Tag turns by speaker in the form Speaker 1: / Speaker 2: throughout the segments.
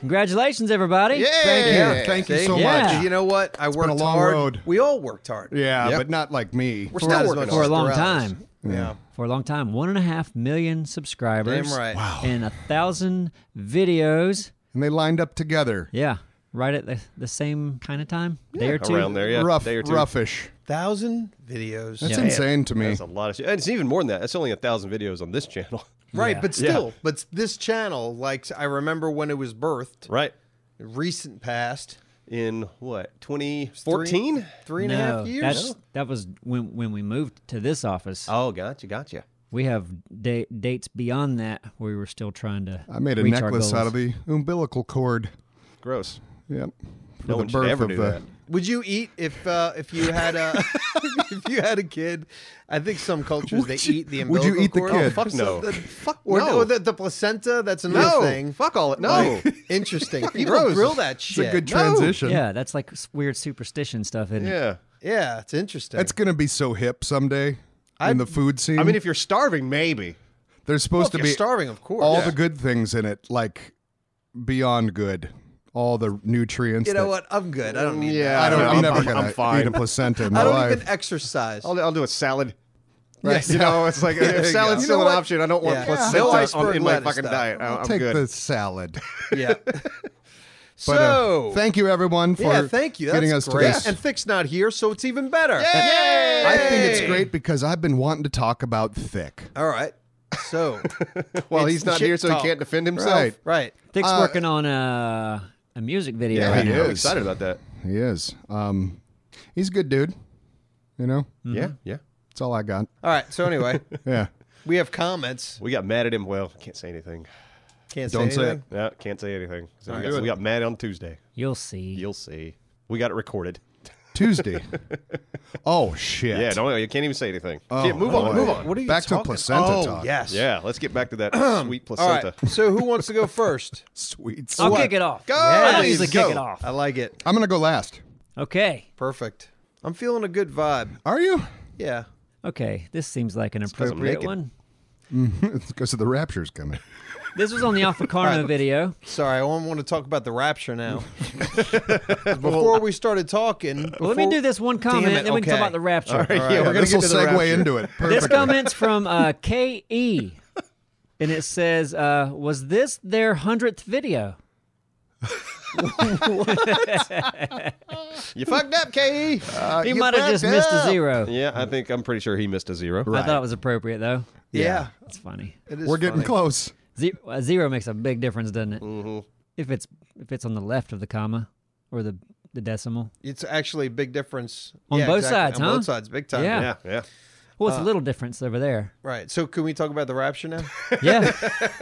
Speaker 1: Congratulations, everybody.
Speaker 2: Yeah.
Speaker 3: Thank you. Thank you
Speaker 2: See?
Speaker 3: so
Speaker 1: Yeah.
Speaker 3: much.
Speaker 2: You know what? I worked
Speaker 3: a long
Speaker 2: hard.
Speaker 3: road.
Speaker 2: We all worked hard.
Speaker 3: Yeah,
Speaker 2: Yep.
Speaker 3: but not like me.
Speaker 2: we're
Speaker 1: For,
Speaker 2: still
Speaker 1: us-
Speaker 2: working
Speaker 1: for a
Speaker 2: hard.
Speaker 1: long
Speaker 2: We're ours.
Speaker 1: time.
Speaker 2: Yeah.
Speaker 1: For a long time. One and a half million subscribers.
Speaker 2: Damn right. Wow.
Speaker 1: And a thousand videos.
Speaker 3: And they lined up together.
Speaker 1: Yeah. Right at the, the same kind of time. Day or two.
Speaker 4: around there. Yeah,
Speaker 3: Rough,
Speaker 4: day or two.
Speaker 3: roughish.
Speaker 2: Thousand videos.
Speaker 3: That's
Speaker 1: Yeah.
Speaker 3: insane to me.
Speaker 4: That's a lot of shit. And it's even more than that. It's only a thousand videos on this channel.
Speaker 2: Right, but
Speaker 4: Yeah.
Speaker 2: still, but this channel, like I remember when it was birthed,
Speaker 4: Right.
Speaker 2: recent past,
Speaker 4: In what? 2014?
Speaker 2: three and a
Speaker 1: no,
Speaker 2: half
Speaker 1: that's-
Speaker 2: years.
Speaker 1: that was when when we moved to this office.
Speaker 4: Oh, gotcha, gotcha.
Speaker 1: We have da- dates beyond that where we were still trying to.
Speaker 3: I made a
Speaker 1: reach our
Speaker 3: necklace out
Speaker 1: goals.
Speaker 3: of the umbilical cord.
Speaker 4: Gross.
Speaker 3: Yep. For
Speaker 4: No one should ever do that.
Speaker 2: Would you eat if uh, if you had a if you had a kid? I think some cultures
Speaker 3: Would
Speaker 2: they
Speaker 3: you-
Speaker 2: eat the
Speaker 3: would
Speaker 2: umbilical
Speaker 3: you eat the
Speaker 2: cord.
Speaker 3: kid?
Speaker 2: or
Speaker 4: Fuck no.
Speaker 2: something. Fuck or,
Speaker 4: no.
Speaker 2: or the, the placenta. That's another
Speaker 4: No.
Speaker 2: thing.
Speaker 4: Fuck all it- no.
Speaker 2: Like, interesting. People
Speaker 4: gross.
Speaker 2: grill that
Speaker 3: It's
Speaker 2: shit.
Speaker 3: a good
Speaker 2: No.
Speaker 3: transition.
Speaker 1: Yeah, that's like s- weird superstition stuff, isn't it?
Speaker 4: Yeah.
Speaker 2: Yeah, it's interesting.
Speaker 3: That's going to be so hip someday in the food scene.
Speaker 4: I mean, if you're starving, maybe.
Speaker 3: there's
Speaker 2: Well,
Speaker 3: supposed
Speaker 2: if
Speaker 3: to
Speaker 2: you're
Speaker 3: be
Speaker 2: starving, of course.
Speaker 3: all
Speaker 2: Yeah.
Speaker 3: the good things in it, like beyond good, all the nutrients.
Speaker 2: You know
Speaker 3: that-
Speaker 2: what? I'm good. I don't need.
Speaker 4: Yeah,
Speaker 2: that.
Speaker 3: I don't.
Speaker 4: No,
Speaker 3: I'm,
Speaker 4: I'm-
Speaker 3: never
Speaker 4: I'm-
Speaker 3: gonna
Speaker 4: I'm fine.
Speaker 3: eat a placenta in my
Speaker 2: I don't
Speaker 3: life.
Speaker 2: even exercise.
Speaker 4: I'll, I'll do a salad.
Speaker 3: Right.
Speaker 4: You know, it's like if
Speaker 2: you
Speaker 4: salad's
Speaker 2: go.
Speaker 4: still
Speaker 2: You know
Speaker 4: an
Speaker 2: what?
Speaker 4: option. I don't want
Speaker 2: Yeah.
Speaker 4: placenta
Speaker 2: No
Speaker 4: on-
Speaker 2: iceberg
Speaker 4: in my
Speaker 2: lettuce,
Speaker 4: fucking
Speaker 2: though.
Speaker 4: diet. I, am
Speaker 3: Take
Speaker 4: good.
Speaker 3: the salad.
Speaker 2: yeah.
Speaker 3: But, uh,
Speaker 2: so
Speaker 3: thank you everyone for
Speaker 2: yeah, thank you. That's
Speaker 3: getting us
Speaker 2: great.
Speaker 3: to this.
Speaker 2: And Thick's not here, so it's even better.
Speaker 4: Yay!
Speaker 3: I think it's great because I've been wanting to talk about thick.
Speaker 2: All right. So
Speaker 4: Well,
Speaker 2: It's
Speaker 4: he's
Speaker 2: the
Speaker 4: not
Speaker 2: shit
Speaker 4: here, so
Speaker 2: talk.
Speaker 4: he can't defend himself.
Speaker 3: Right.
Speaker 2: right.
Speaker 1: Thick's
Speaker 3: Uh,
Speaker 1: working on a, a music video
Speaker 4: Yeah,
Speaker 1: right
Speaker 3: he
Speaker 1: now.
Speaker 4: I'm
Speaker 3: is.
Speaker 4: excited about that.
Speaker 3: He is. Um, he's a good dude. You know,
Speaker 4: Yeah, yeah.
Speaker 3: that's all I got.
Speaker 2: All right. So anyway,
Speaker 3: Yeah.
Speaker 2: we have comments.
Speaker 4: We got mad at him. Well, can't say anything.
Speaker 2: Can't
Speaker 3: Don't
Speaker 2: say
Speaker 3: say
Speaker 2: anything.
Speaker 4: No, can't say anything. So we,
Speaker 3: Alright.
Speaker 4: got, we got mad on Tuesday.
Speaker 1: You'll see.
Speaker 4: You'll see. We got it recorded.
Speaker 3: Tuesday. oh shit.
Speaker 4: Yeah, don't you can't even say anything.
Speaker 3: Oh,
Speaker 4: Can't- move on,
Speaker 3: boy.
Speaker 4: move on.
Speaker 2: What are you
Speaker 3: Back to
Speaker 2: talking-
Speaker 3: placenta
Speaker 2: oh,
Speaker 3: talk.
Speaker 2: Yes.
Speaker 4: Yeah, let's get back to that sweet
Speaker 2: All
Speaker 4: placenta.
Speaker 2: right. So who wants to go first?
Speaker 3: Sweet.
Speaker 1: I'll
Speaker 3: What?
Speaker 1: kick it off.
Speaker 2: Go.
Speaker 1: I don't
Speaker 2: Yes,
Speaker 1: usually
Speaker 2: go.
Speaker 1: kick it off.
Speaker 2: I like it.
Speaker 3: I'm gonna go last.
Speaker 1: Okay.
Speaker 2: Perfect. I'm feeling a good vibe.
Speaker 3: Are you?
Speaker 2: Yeah.
Speaker 1: Okay. This seems like an
Speaker 4: 'cause I'm
Speaker 1: appropriate
Speaker 4: naked.
Speaker 1: one.
Speaker 3: it's because of the rapture's coming.
Speaker 1: This was on the Alfacarno video.
Speaker 2: Sorry, I want to talk about the rapture now. before we started talking,
Speaker 1: Well, let me do this one comment,
Speaker 2: it,
Speaker 1: then we can talk
Speaker 2: okay.
Speaker 1: about the rapture.
Speaker 4: yeah,
Speaker 3: Yeah,
Speaker 4: we're gonna
Speaker 3: this
Speaker 4: get
Speaker 3: will
Speaker 4: to the
Speaker 3: segue
Speaker 4: rapture.
Speaker 3: into it. Perfectly.
Speaker 1: This comment's from uh, KE, and it says, uh, Was this their 100th video?
Speaker 4: You fucked up, Ke.
Speaker 3: Uh,
Speaker 1: He might have just missed a zero.
Speaker 4: yeah, I think I'm pretty sure he missed a zero.
Speaker 1: I thought it was appropriate, though.
Speaker 2: Yeah.
Speaker 1: It's funny.
Speaker 2: It is
Speaker 3: We're getting
Speaker 2: funny.
Speaker 3: close.
Speaker 1: Ze- a zero makes a big difference, doesn't it? Mm-hmm. If it's if it's on the left of the comma or the the decimal.
Speaker 2: It's actually a big difference
Speaker 1: On
Speaker 2: Yeah,
Speaker 1: both
Speaker 2: exactly.
Speaker 1: sides,
Speaker 2: On
Speaker 1: huh?
Speaker 2: both sides, big time.
Speaker 1: Yeah.
Speaker 4: Yeah, yeah.
Speaker 1: Well, it's a little difference over there.
Speaker 2: Right. So can we talk about the rapture now?
Speaker 1: Yeah.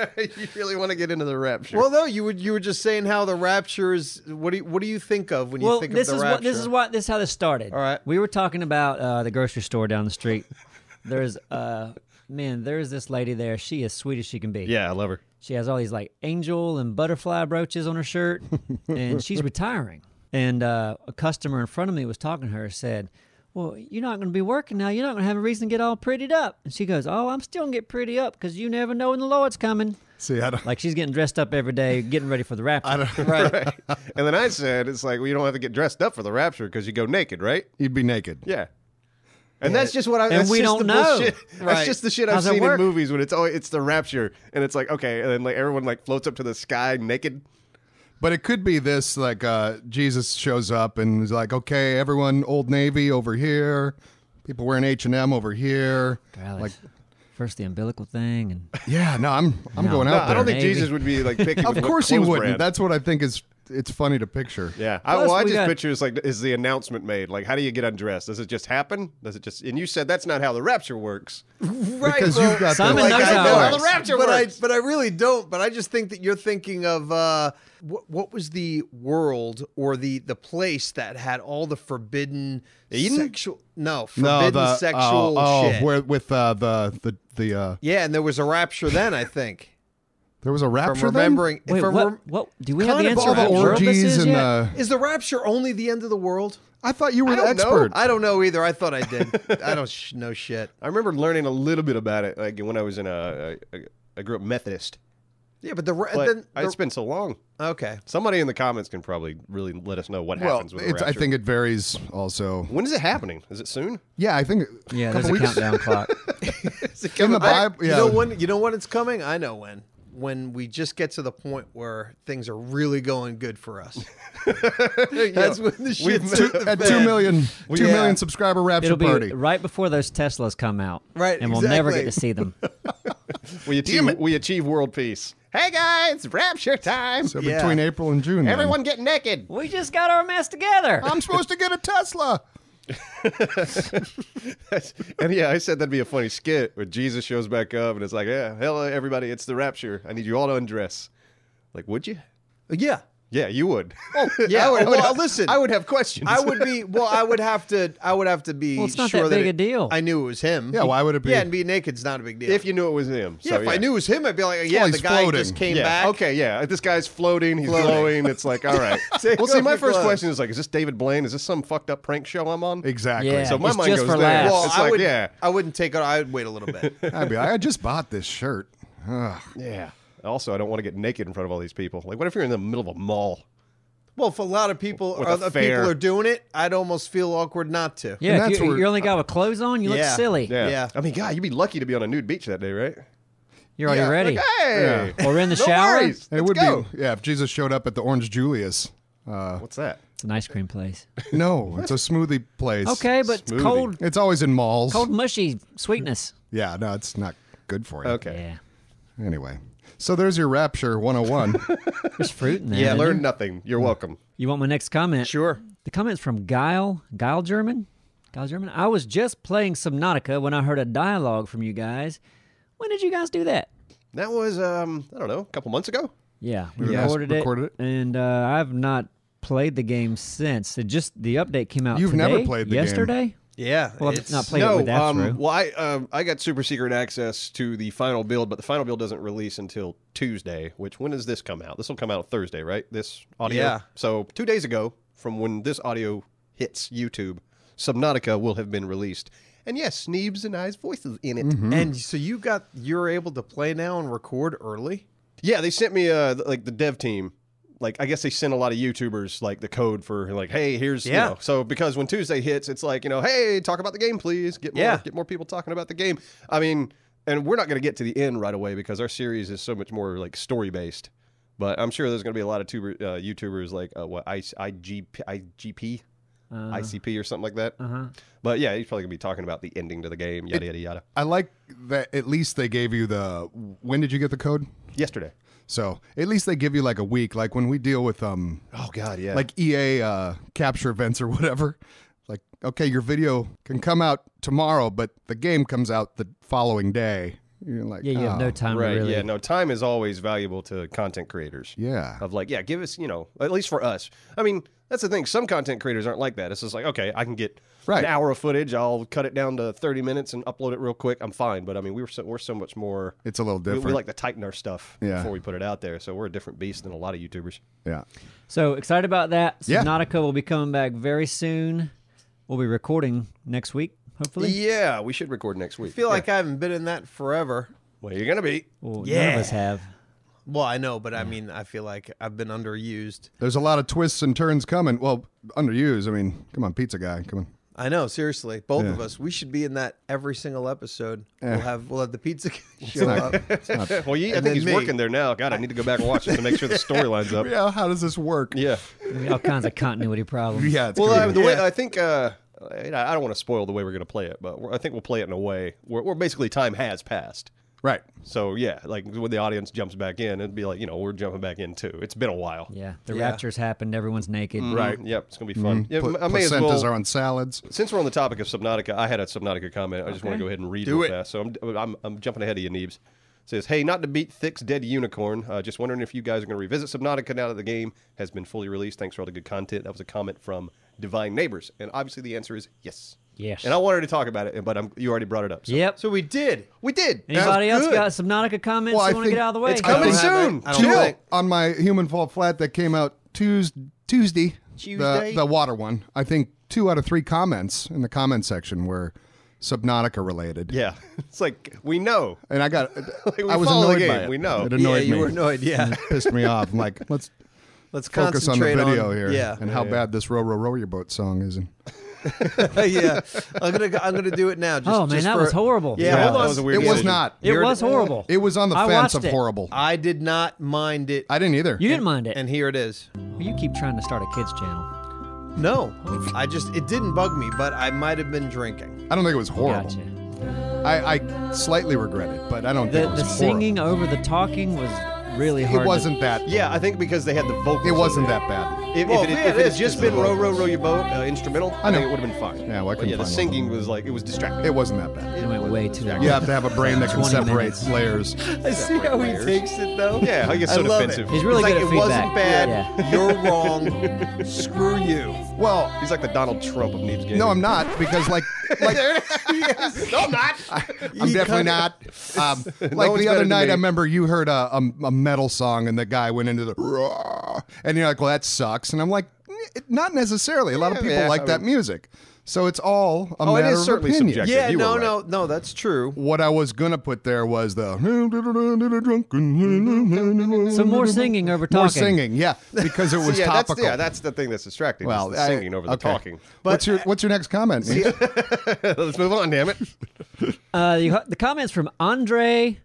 Speaker 4: you really want to get into the rapture?
Speaker 2: well, no. You would. You were just saying how the rapture is. What do you, What do you think of when
Speaker 1: well,
Speaker 2: you think
Speaker 1: this
Speaker 2: of
Speaker 1: is
Speaker 2: the
Speaker 1: what
Speaker 2: rapture?
Speaker 1: this is what this is how this started.
Speaker 2: All right.
Speaker 1: We were talking about uh, the grocery store down the street. There's uh man, there's this lady there. She is sweet as she can be.
Speaker 4: yeah, I love her.
Speaker 1: She has all these like angel and butterfly brooches on her shirt, and she's retiring. And uh, a customer in front of me was talking to her, said, Well, you're not going to be working now. You're not going to have a reason to get all prettied up. And she goes, Oh, I'm still going to get pretty up because you never know when the Lord's coming.
Speaker 3: See, I don't.
Speaker 1: Like she's getting dressed up every day, getting ready for the rapture. I don't,
Speaker 4: Right. and then I said, it's like, well, you don't have to get dressed up for the rapture because you go naked, right?
Speaker 3: You'd be naked.
Speaker 4: Yeah. And that's just what I.
Speaker 1: And
Speaker 4: that's
Speaker 1: we
Speaker 4: just
Speaker 1: don't
Speaker 4: the
Speaker 1: know.
Speaker 4: Bullshit.
Speaker 2: Right.
Speaker 4: That's just the shit
Speaker 1: How's that
Speaker 4: I've seen
Speaker 1: work?
Speaker 4: in movies when it's oh, it's the rapture, and it's like okay, and then like everyone like floats up to the sky naked.
Speaker 3: But it could be this like uh, Jesus shows up and is like, okay, everyone, Old Navy over here, people wearing H and M over here. Like,
Speaker 1: first the umbilical thing, and
Speaker 3: yeah, no, I'm I'm
Speaker 1: No.
Speaker 3: going
Speaker 4: No,
Speaker 3: out
Speaker 4: I
Speaker 3: there.
Speaker 4: don't think
Speaker 1: Maybe.
Speaker 4: Jesus would be like picky.
Speaker 3: of
Speaker 4: with what
Speaker 3: course he
Speaker 4: clothes
Speaker 3: wouldn't.
Speaker 4: brand.
Speaker 3: That's what I think is it's funny to picture.
Speaker 4: Yeah, I,
Speaker 1: Plus,
Speaker 4: well, I
Speaker 1: we
Speaker 4: just
Speaker 1: got-
Speaker 4: picture it's like, is the announcement made? Like, how do you get undressed? Does it just happen? Does it just? And you said that's not how the rapture works.
Speaker 2: right.
Speaker 3: because
Speaker 2: well,
Speaker 3: you've got
Speaker 1: Simon
Speaker 3: the,
Speaker 1: knows
Speaker 2: I
Speaker 1: how
Speaker 2: know
Speaker 1: it
Speaker 2: how
Speaker 1: works.
Speaker 2: the rapture but
Speaker 4: works.
Speaker 2: I, but I really don't. But I just think that you're thinking of uh, what, what was the world or the the place that had all the forbidden
Speaker 4: Eden?
Speaker 2: sexual no
Speaker 3: no,
Speaker 2: forbidden
Speaker 3: the-
Speaker 2: sexual
Speaker 3: oh,
Speaker 2: shit.
Speaker 3: Oh, where, with uh, the the the uh,
Speaker 2: yeah, and there was a rapture then. I think
Speaker 3: there was a rapture.
Speaker 2: from
Speaker 3: then?
Speaker 2: remembering.
Speaker 1: wait,
Speaker 2: from
Speaker 1: what,
Speaker 2: rem-
Speaker 1: what? Do we have
Speaker 2: kind
Speaker 1: the
Speaker 2: of
Speaker 1: answer?
Speaker 3: all the
Speaker 1: how
Speaker 2: rapture?
Speaker 1: real this
Speaker 3: orgies
Speaker 1: is
Speaker 3: and
Speaker 1: yet?
Speaker 3: uh,
Speaker 2: is the rapture only the end of the world?
Speaker 3: I thought you were
Speaker 4: I
Speaker 3: the
Speaker 4: don't know.
Speaker 3: expert.
Speaker 2: I don't know either. I thought I did. I don't sh- know shit.
Speaker 4: I remember learning a little bit about it, like when I was in a. a, a I grew up Methodist,
Speaker 2: Yeah, but the, re-
Speaker 4: But
Speaker 2: then the
Speaker 4: it's been so long.
Speaker 2: okay.
Speaker 4: Somebody in the comments can probably really let us know what
Speaker 3: Well,
Speaker 4: happens with the
Speaker 3: it's, I
Speaker 4: rapture.
Speaker 3: think it varies also.
Speaker 4: When is it happening? Is it soon?
Speaker 3: Yeah, I think.
Speaker 1: Yeah, there's
Speaker 3: couple
Speaker 1: a
Speaker 3: weeks.
Speaker 1: countdown clock.
Speaker 3: In the
Speaker 2: I-
Speaker 3: Bible, yeah.
Speaker 2: You know when you know when it's coming? I know when. When we just get to the point where things are really going good for us. That's when the shit's hit
Speaker 4: met-
Speaker 2: the
Speaker 3: at
Speaker 2: fan.
Speaker 3: two million, two
Speaker 2: Yeah.
Speaker 3: million subscriber rapture
Speaker 1: It'll be
Speaker 3: party.
Speaker 1: right before those Teslas come out.
Speaker 2: Right,
Speaker 1: And we'll never get
Speaker 2: exactly.
Speaker 1: to see them.
Speaker 4: We achieve, we achieve world peace. Hey guys, rapture time.
Speaker 3: So
Speaker 2: Yeah.
Speaker 3: between April and June, then.
Speaker 4: Everyone get naked.
Speaker 1: we just got our mess together.
Speaker 3: I'm supposed to get a Tesla.
Speaker 4: and yeah, I said that'd be a funny skit where Jesus shows back up and it's like, yeah, hello everybody, it's the rapture. I need you all to undress. Like, would you?
Speaker 2: Yeah.
Speaker 4: Yeah, you would. Oh,
Speaker 2: yeah,
Speaker 4: I would, I would
Speaker 2: well,
Speaker 4: have-
Speaker 2: listen.
Speaker 4: I would have questions.
Speaker 2: I would be well. I would have to. I would have to be.
Speaker 1: Well, it's not that
Speaker 2: sure
Speaker 1: big
Speaker 2: it-
Speaker 1: a deal.
Speaker 2: I knew it was him.
Speaker 3: Yeah, why would it be-
Speaker 2: Yeah, and be naked's not a big deal.
Speaker 4: if you knew it was him.
Speaker 2: yeah,
Speaker 4: So,
Speaker 2: if I knew it was him, I'd be like, yeah,
Speaker 3: Well,
Speaker 2: the
Speaker 3: he's
Speaker 2: guy
Speaker 3: floating.
Speaker 2: just came
Speaker 4: Yeah.
Speaker 2: back.
Speaker 4: Okay. Yeah. This guy's floating. He's
Speaker 2: Floating.
Speaker 4: glowing. It's like, all right.
Speaker 2: Take
Speaker 4: well, see,
Speaker 2: off
Speaker 4: my
Speaker 2: your
Speaker 4: first
Speaker 2: gloves.
Speaker 4: question is like, is this David Blaine? Is this some fucked up prank show I'm on?
Speaker 3: Exactly.
Speaker 1: Yeah.
Speaker 4: So my
Speaker 1: It's
Speaker 4: mind
Speaker 1: just
Speaker 4: goes
Speaker 1: for
Speaker 4: there.
Speaker 1: laughs.
Speaker 2: Well,
Speaker 4: It's
Speaker 2: I
Speaker 4: like,
Speaker 2: would.
Speaker 4: yeah,
Speaker 2: I wouldn't take it. I'd wait a little bit.
Speaker 3: I'd be like, I just bought this shirt. Ugh.
Speaker 4: yeah. Also, I don't want to get naked in front of all these people. Like, what if you're in the middle of a mall?
Speaker 2: well, if a lot of people,
Speaker 4: With a
Speaker 2: other
Speaker 4: fair-
Speaker 2: people are doing it, I'd almost feel awkward not to.
Speaker 1: Yeah,
Speaker 3: And
Speaker 1: if
Speaker 3: that's
Speaker 1: you,
Speaker 3: where-
Speaker 1: you're only guy with clothes on. You look
Speaker 2: Yeah.
Speaker 1: silly.
Speaker 4: Yeah.
Speaker 2: Yeah.
Speaker 4: I mean, God, you'd be lucky to be on a nude beach that day, right?
Speaker 1: You're already ready.
Speaker 4: Like, hey.
Speaker 1: Or in the
Speaker 4: No
Speaker 1: shower.
Speaker 4: worries.
Speaker 3: It
Speaker 4: Let's
Speaker 3: would
Speaker 4: go.
Speaker 3: be yeah if Jesus showed up at the Orange Julius. Uh,
Speaker 4: What's that?
Speaker 1: It's an ice cream place.
Speaker 3: no, it's a smoothie place.
Speaker 1: Okay, but it's
Speaker 4: smoothie.
Speaker 1: cold,
Speaker 3: It's always in malls.
Speaker 1: cold, mushy sweetness.
Speaker 3: Yeah, no, it's not good for you.
Speaker 4: Okay.
Speaker 1: Yeah.
Speaker 3: Anyway, so there's your Rapture 101.
Speaker 1: There's fruit in there.
Speaker 2: Yeah,
Speaker 1: isn't
Speaker 4: Learn
Speaker 1: there?
Speaker 4: nothing.
Speaker 1: Hmm.
Speaker 4: You're welcome.
Speaker 1: You want my next comment?
Speaker 2: Sure.
Speaker 1: The comment's from Guile, Guile German. Guile German. I was just playing Subnautica when I heard a dialogue from you guys. When did you guys do that?
Speaker 4: That was, um, I don't know, a couple months ago.
Speaker 1: Yeah, we
Speaker 3: Yeah.
Speaker 1: recorded, it,
Speaker 3: Recorded it.
Speaker 1: and uh, I've not played the game since. It just the update came out.
Speaker 3: You've never
Speaker 1: today,
Speaker 3: played the game.
Speaker 1: yesterday.
Speaker 2: Yeah.
Speaker 1: Well, I've
Speaker 2: it's-
Speaker 1: not played it
Speaker 4: no,
Speaker 1: with that
Speaker 4: um,
Speaker 1: through.
Speaker 4: well, I um, I got super secret access to the final build, but the final build doesn't release until Tuesday. Which when does this come out? This will come out Thursday, right? This audio.
Speaker 2: Yeah.
Speaker 4: So two days ago, from when this audio hits YouTube, Subnautica will have been released. And yes, Sneebs and I's voices in it.
Speaker 1: Mm-hmm.
Speaker 3: Mm.
Speaker 2: And so you got you're able to play now and record early.
Speaker 4: Yeah, they sent me uh th- like the dev team. Like I guess they sent a lot of YouTubers like the code for like, hey, here's you
Speaker 2: Yeah.
Speaker 4: know. So because when Tuesday hits, it's like you know, hey, talk about the game, please. Get more,
Speaker 2: Yeah.
Speaker 4: get more people talking about the game. I mean, and we're not going to get to the end right away because our series is so much more like story based. But I'm sure there's going to be a lot of tuber, uh, YouTubers like uh, what I, IGP, IGP, ICP or something like that.
Speaker 1: Uh-huh.
Speaker 4: But yeah, he's probably going to be talking about the ending to the game, yada yada yada.
Speaker 3: I like that at least they gave you the. When did you get the code?
Speaker 4: Yesterday.
Speaker 3: So at least they give you like a week. Like when we deal with um
Speaker 4: Oh God, yeah.
Speaker 3: like EA uh, capture events or whatever. Like, okay, your video can come out tomorrow, but the game comes out the following day. You're like,
Speaker 1: Yeah, you
Speaker 3: oh,
Speaker 1: have no time
Speaker 4: right,
Speaker 1: to really.
Speaker 4: yeah. No, time is always valuable to content creators.
Speaker 3: Yeah.
Speaker 4: of like, yeah, give us, you know, at least for us. I mean, that's the thing. Some content creators aren't like that. It's just like, okay, I can get
Speaker 3: Right.
Speaker 4: an hour of footage. I'll cut it down to thirty minutes and upload it real quick. I'm fine. But I mean, we were so, we're so much more.
Speaker 3: It's a little
Speaker 4: we,
Speaker 3: different.
Speaker 4: we like to tighten our stuff
Speaker 3: Yeah.
Speaker 4: before we put it out there. So we're a different beast than a lot of YouTubers.
Speaker 3: yeah.
Speaker 1: So excited about that.
Speaker 3: Yeah.
Speaker 1: Subnautica will be coming back very soon. We'll be recording next week, hopefully.
Speaker 4: Yeah, we should record next week.
Speaker 2: I feel like I haven't been in that forever.
Speaker 4: well, you're gonna be.
Speaker 1: Well, None
Speaker 2: Yeah.
Speaker 1: of us have.
Speaker 2: Well, I know, but I mean, I feel like I've been underused.
Speaker 3: There's a lot of twists and turns coming. Well, underused. I mean, come on, pizza guy. Come on.
Speaker 2: I know, seriously, both
Speaker 3: Yeah.
Speaker 2: of us. We should be in that every single episode. We'll have we'll have the pizza guy
Speaker 3: It's
Speaker 2: show
Speaker 3: not,
Speaker 2: up.
Speaker 3: it's not-
Speaker 4: Well, you, I
Speaker 2: And
Speaker 4: think
Speaker 2: then
Speaker 4: he's
Speaker 2: me.
Speaker 4: working there now. God, I need to go back and watch it to make sure the storyline's up.
Speaker 3: yeah, how does this work?
Speaker 4: Yeah.
Speaker 1: We got all kinds of continuity problems.
Speaker 3: Yeah, it's
Speaker 4: Well,
Speaker 3: gonna
Speaker 4: I,
Speaker 3: be-
Speaker 4: the way
Speaker 2: Yeah.
Speaker 4: I think, uh, I I don't want to spoil the way we're going to play it, but we're, I think we'll play it in a way where, where basically time has passed.
Speaker 3: right.
Speaker 4: So yeah, like when the audience jumps back in, it'd be like you know we're jumping back in too. It's been a while.
Speaker 1: Yeah, the
Speaker 2: Yeah.
Speaker 1: rapture's happened. Everyone's naked.
Speaker 3: Mm.
Speaker 4: Right. Yep. It's gonna be fun. Yeah,
Speaker 3: Pla-
Speaker 4: I may as
Speaker 3: Mm-hmm. placentas
Speaker 4: well.
Speaker 3: are on salads.
Speaker 4: Since we're on the topic of Subnautica, I had a Subnautica comment. I just want
Speaker 1: Okay.
Speaker 4: to go ahead and read
Speaker 2: Do
Speaker 4: real
Speaker 2: it.
Speaker 4: fast. So I'm, I'm I'm jumping ahead of you, Neebs. Says, hey, not to beat Thick's dead unicorn. Uh, just wondering if you guys are going to revisit Subnautica now that the game has been fully released. Thanks for all the good content. That was a comment from Divine Neighbors, and obviously the answer is yes.
Speaker 1: Yes.
Speaker 4: And I wanted to talk about it, but I'm, you already brought it up. So.
Speaker 1: Yep.
Speaker 2: So we did.
Speaker 4: We did.
Speaker 1: Anybody else
Speaker 2: good.
Speaker 1: got Subnautica comments
Speaker 3: Well, I
Speaker 1: you want to
Speaker 3: think
Speaker 1: get out of the way?
Speaker 4: It's
Speaker 2: I don't
Speaker 4: coming
Speaker 2: have it.
Speaker 4: soon.
Speaker 2: I don't
Speaker 3: Two
Speaker 2: think-
Speaker 3: on my Human Fall Flat that came out Tuesday. Tuesday. the-
Speaker 2: Tuesday?
Speaker 3: The, water one. I think two out of three comments in the comment section were Subnautica related.
Speaker 4: Yeah, it's like we know.
Speaker 3: And I got,
Speaker 4: we
Speaker 3: I was
Speaker 4: follow the
Speaker 3: annoyed by
Speaker 4: game,
Speaker 3: it.
Speaker 4: we know.
Speaker 3: It
Speaker 4: Yeah,
Speaker 3: annoyed
Speaker 2: you
Speaker 3: me.
Speaker 2: were annoyed. Yeah,
Speaker 3: pissed me off. I'm like, let's
Speaker 2: let's
Speaker 3: focus on the
Speaker 2: concentrate
Speaker 3: video here
Speaker 2: Yeah,
Speaker 3: and how bad this row row row your boat song is. And
Speaker 2: yeah. I'm gonna I'm gonna do it now. Just,
Speaker 1: oh man,
Speaker 2: just
Speaker 1: that
Speaker 2: for-
Speaker 1: was horrible.
Speaker 2: Yeah,
Speaker 4: Yeah,
Speaker 2: hold
Speaker 4: that
Speaker 2: on.
Speaker 4: was a weird
Speaker 3: it was
Speaker 4: decision.
Speaker 3: not.
Speaker 1: it was horrible.
Speaker 3: It was on the
Speaker 1: I
Speaker 3: fence
Speaker 1: watched
Speaker 3: of
Speaker 1: it.
Speaker 3: horrible. I,
Speaker 2: I did not mind it,
Speaker 3: didn't either.
Speaker 1: You didn't mind it.
Speaker 2: and here it is.
Speaker 1: Well, you keep trying to start a kids channel.
Speaker 2: No, I just it didn't bug me, but I might have been drinking.
Speaker 3: I don't think it was horrible.
Speaker 1: Gotcha.
Speaker 3: I, I slightly regret it, but I don't
Speaker 1: The
Speaker 3: think it was
Speaker 1: the
Speaker 3: horrible.
Speaker 1: singing over the talking was really hard.
Speaker 3: It
Speaker 1: to-
Speaker 3: wasn't that.
Speaker 4: Yeah, I think because they had the vocals.
Speaker 3: It wasn't
Speaker 4: in there.
Speaker 3: that bad.
Speaker 4: If,
Speaker 2: Well,
Speaker 4: if it,
Speaker 2: yeah,
Speaker 4: if
Speaker 2: it
Speaker 4: it had
Speaker 2: is
Speaker 4: just
Speaker 2: just
Speaker 4: been row row row your boat uh, instrumental, I,
Speaker 3: know.
Speaker 4: think it would have been fine.
Speaker 3: Yeah, well, I
Speaker 4: But
Speaker 3: couldn't
Speaker 4: yeah, the
Speaker 3: find
Speaker 4: singing was like it was distracting.
Speaker 3: It wasn't that bad.
Speaker 1: It went way too long.
Speaker 3: You have to have a brain that can
Speaker 1: 20
Speaker 3: separate
Speaker 1: minutes.
Speaker 3: layers.
Speaker 2: I see how he
Speaker 4: Layers.
Speaker 2: takes it though.
Speaker 4: Yeah, I guess so
Speaker 2: love
Speaker 4: defensive.
Speaker 1: He's really
Speaker 2: It's
Speaker 1: good
Speaker 2: like,
Speaker 1: at feedback.
Speaker 2: it wasn't bad.
Speaker 1: Yeah.
Speaker 2: You're wrong. Screw you.
Speaker 3: Well,
Speaker 4: He's like the Donald Trump of Needs Game.
Speaker 3: no, I'm not because like like
Speaker 4: no, I'm not.
Speaker 3: I'm definitely not. Um, like
Speaker 4: one's
Speaker 3: the other
Speaker 4: better than
Speaker 3: night,
Speaker 4: me.
Speaker 3: I remember you heard a, a, a metal song and the guy went into the "Rah," and you're like, well, that sucks. And I'm like, "N- not necessarily. A lot of people
Speaker 4: yeah,
Speaker 3: like
Speaker 4: I
Speaker 3: that music, so it's all a
Speaker 4: Oh, it
Speaker 3: matter
Speaker 4: is
Speaker 3: of
Speaker 4: certainly
Speaker 3: opinion.
Speaker 4: subjective.
Speaker 2: Yeah,
Speaker 4: you were
Speaker 2: no,
Speaker 4: right.
Speaker 2: no, no. That's true.
Speaker 3: What I was gonna put there was the
Speaker 1: So more singing over talking.
Speaker 3: more singing, yeah, because it was
Speaker 4: yeah,
Speaker 3: topical.
Speaker 4: That's, yeah, that's the thing that's distracting. Well,
Speaker 3: well,
Speaker 4: the singing
Speaker 3: I-
Speaker 4: over the
Speaker 3: okay.
Speaker 4: talking.
Speaker 3: what's your what's your next comment? Meeks?
Speaker 4: Let's move on, damn it.
Speaker 1: Uh, the, the comments from Andre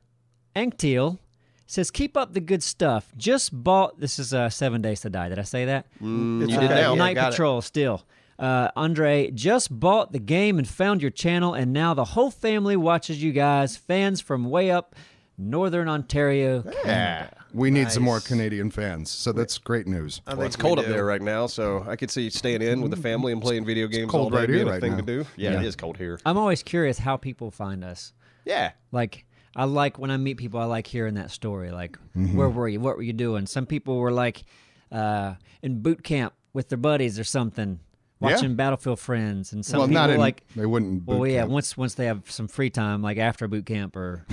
Speaker 1: Anktiel says, "Keep up the good stuff. Just bought. This is uh, Seven Days to Die. Did I say that?
Speaker 3: Mm,
Speaker 2: It's
Speaker 1: Uh,
Speaker 2: good now.
Speaker 1: Night
Speaker 2: Got it.
Speaker 1: Patrol still. Uh, Andre just bought the game and found your channel, and now the whole family watches you guys. Fans from way up northern Ontario.
Speaker 3: Yeah, we need some more Canadian fans, so that's great news.
Speaker 2: I
Speaker 4: Well,
Speaker 2: think
Speaker 4: it's cold
Speaker 2: we
Speaker 4: up
Speaker 2: do.
Speaker 4: there right now, so I could see staying in with the family and playing video games
Speaker 3: cold
Speaker 4: all day
Speaker 3: right
Speaker 4: being
Speaker 3: here
Speaker 4: a
Speaker 3: right
Speaker 4: thing
Speaker 3: now.
Speaker 4: to do. Yeah, it is cold here.
Speaker 1: I'm always curious how people find us.
Speaker 4: Yeah.
Speaker 1: Like." I like when I meet people. I like hearing that story. Like,
Speaker 3: Mm-hmm.
Speaker 1: where were you? What were you doing? Some people were like uh, in boot camp with their buddies or something,
Speaker 3: Yeah.
Speaker 1: watching Battlefield Friends, and some
Speaker 3: Well,
Speaker 1: people
Speaker 3: not in,
Speaker 1: like
Speaker 3: they wouldn't.
Speaker 1: Well,
Speaker 3: boot
Speaker 1: yeah.
Speaker 3: camp.
Speaker 1: Once once they have some free time, like after boot camp or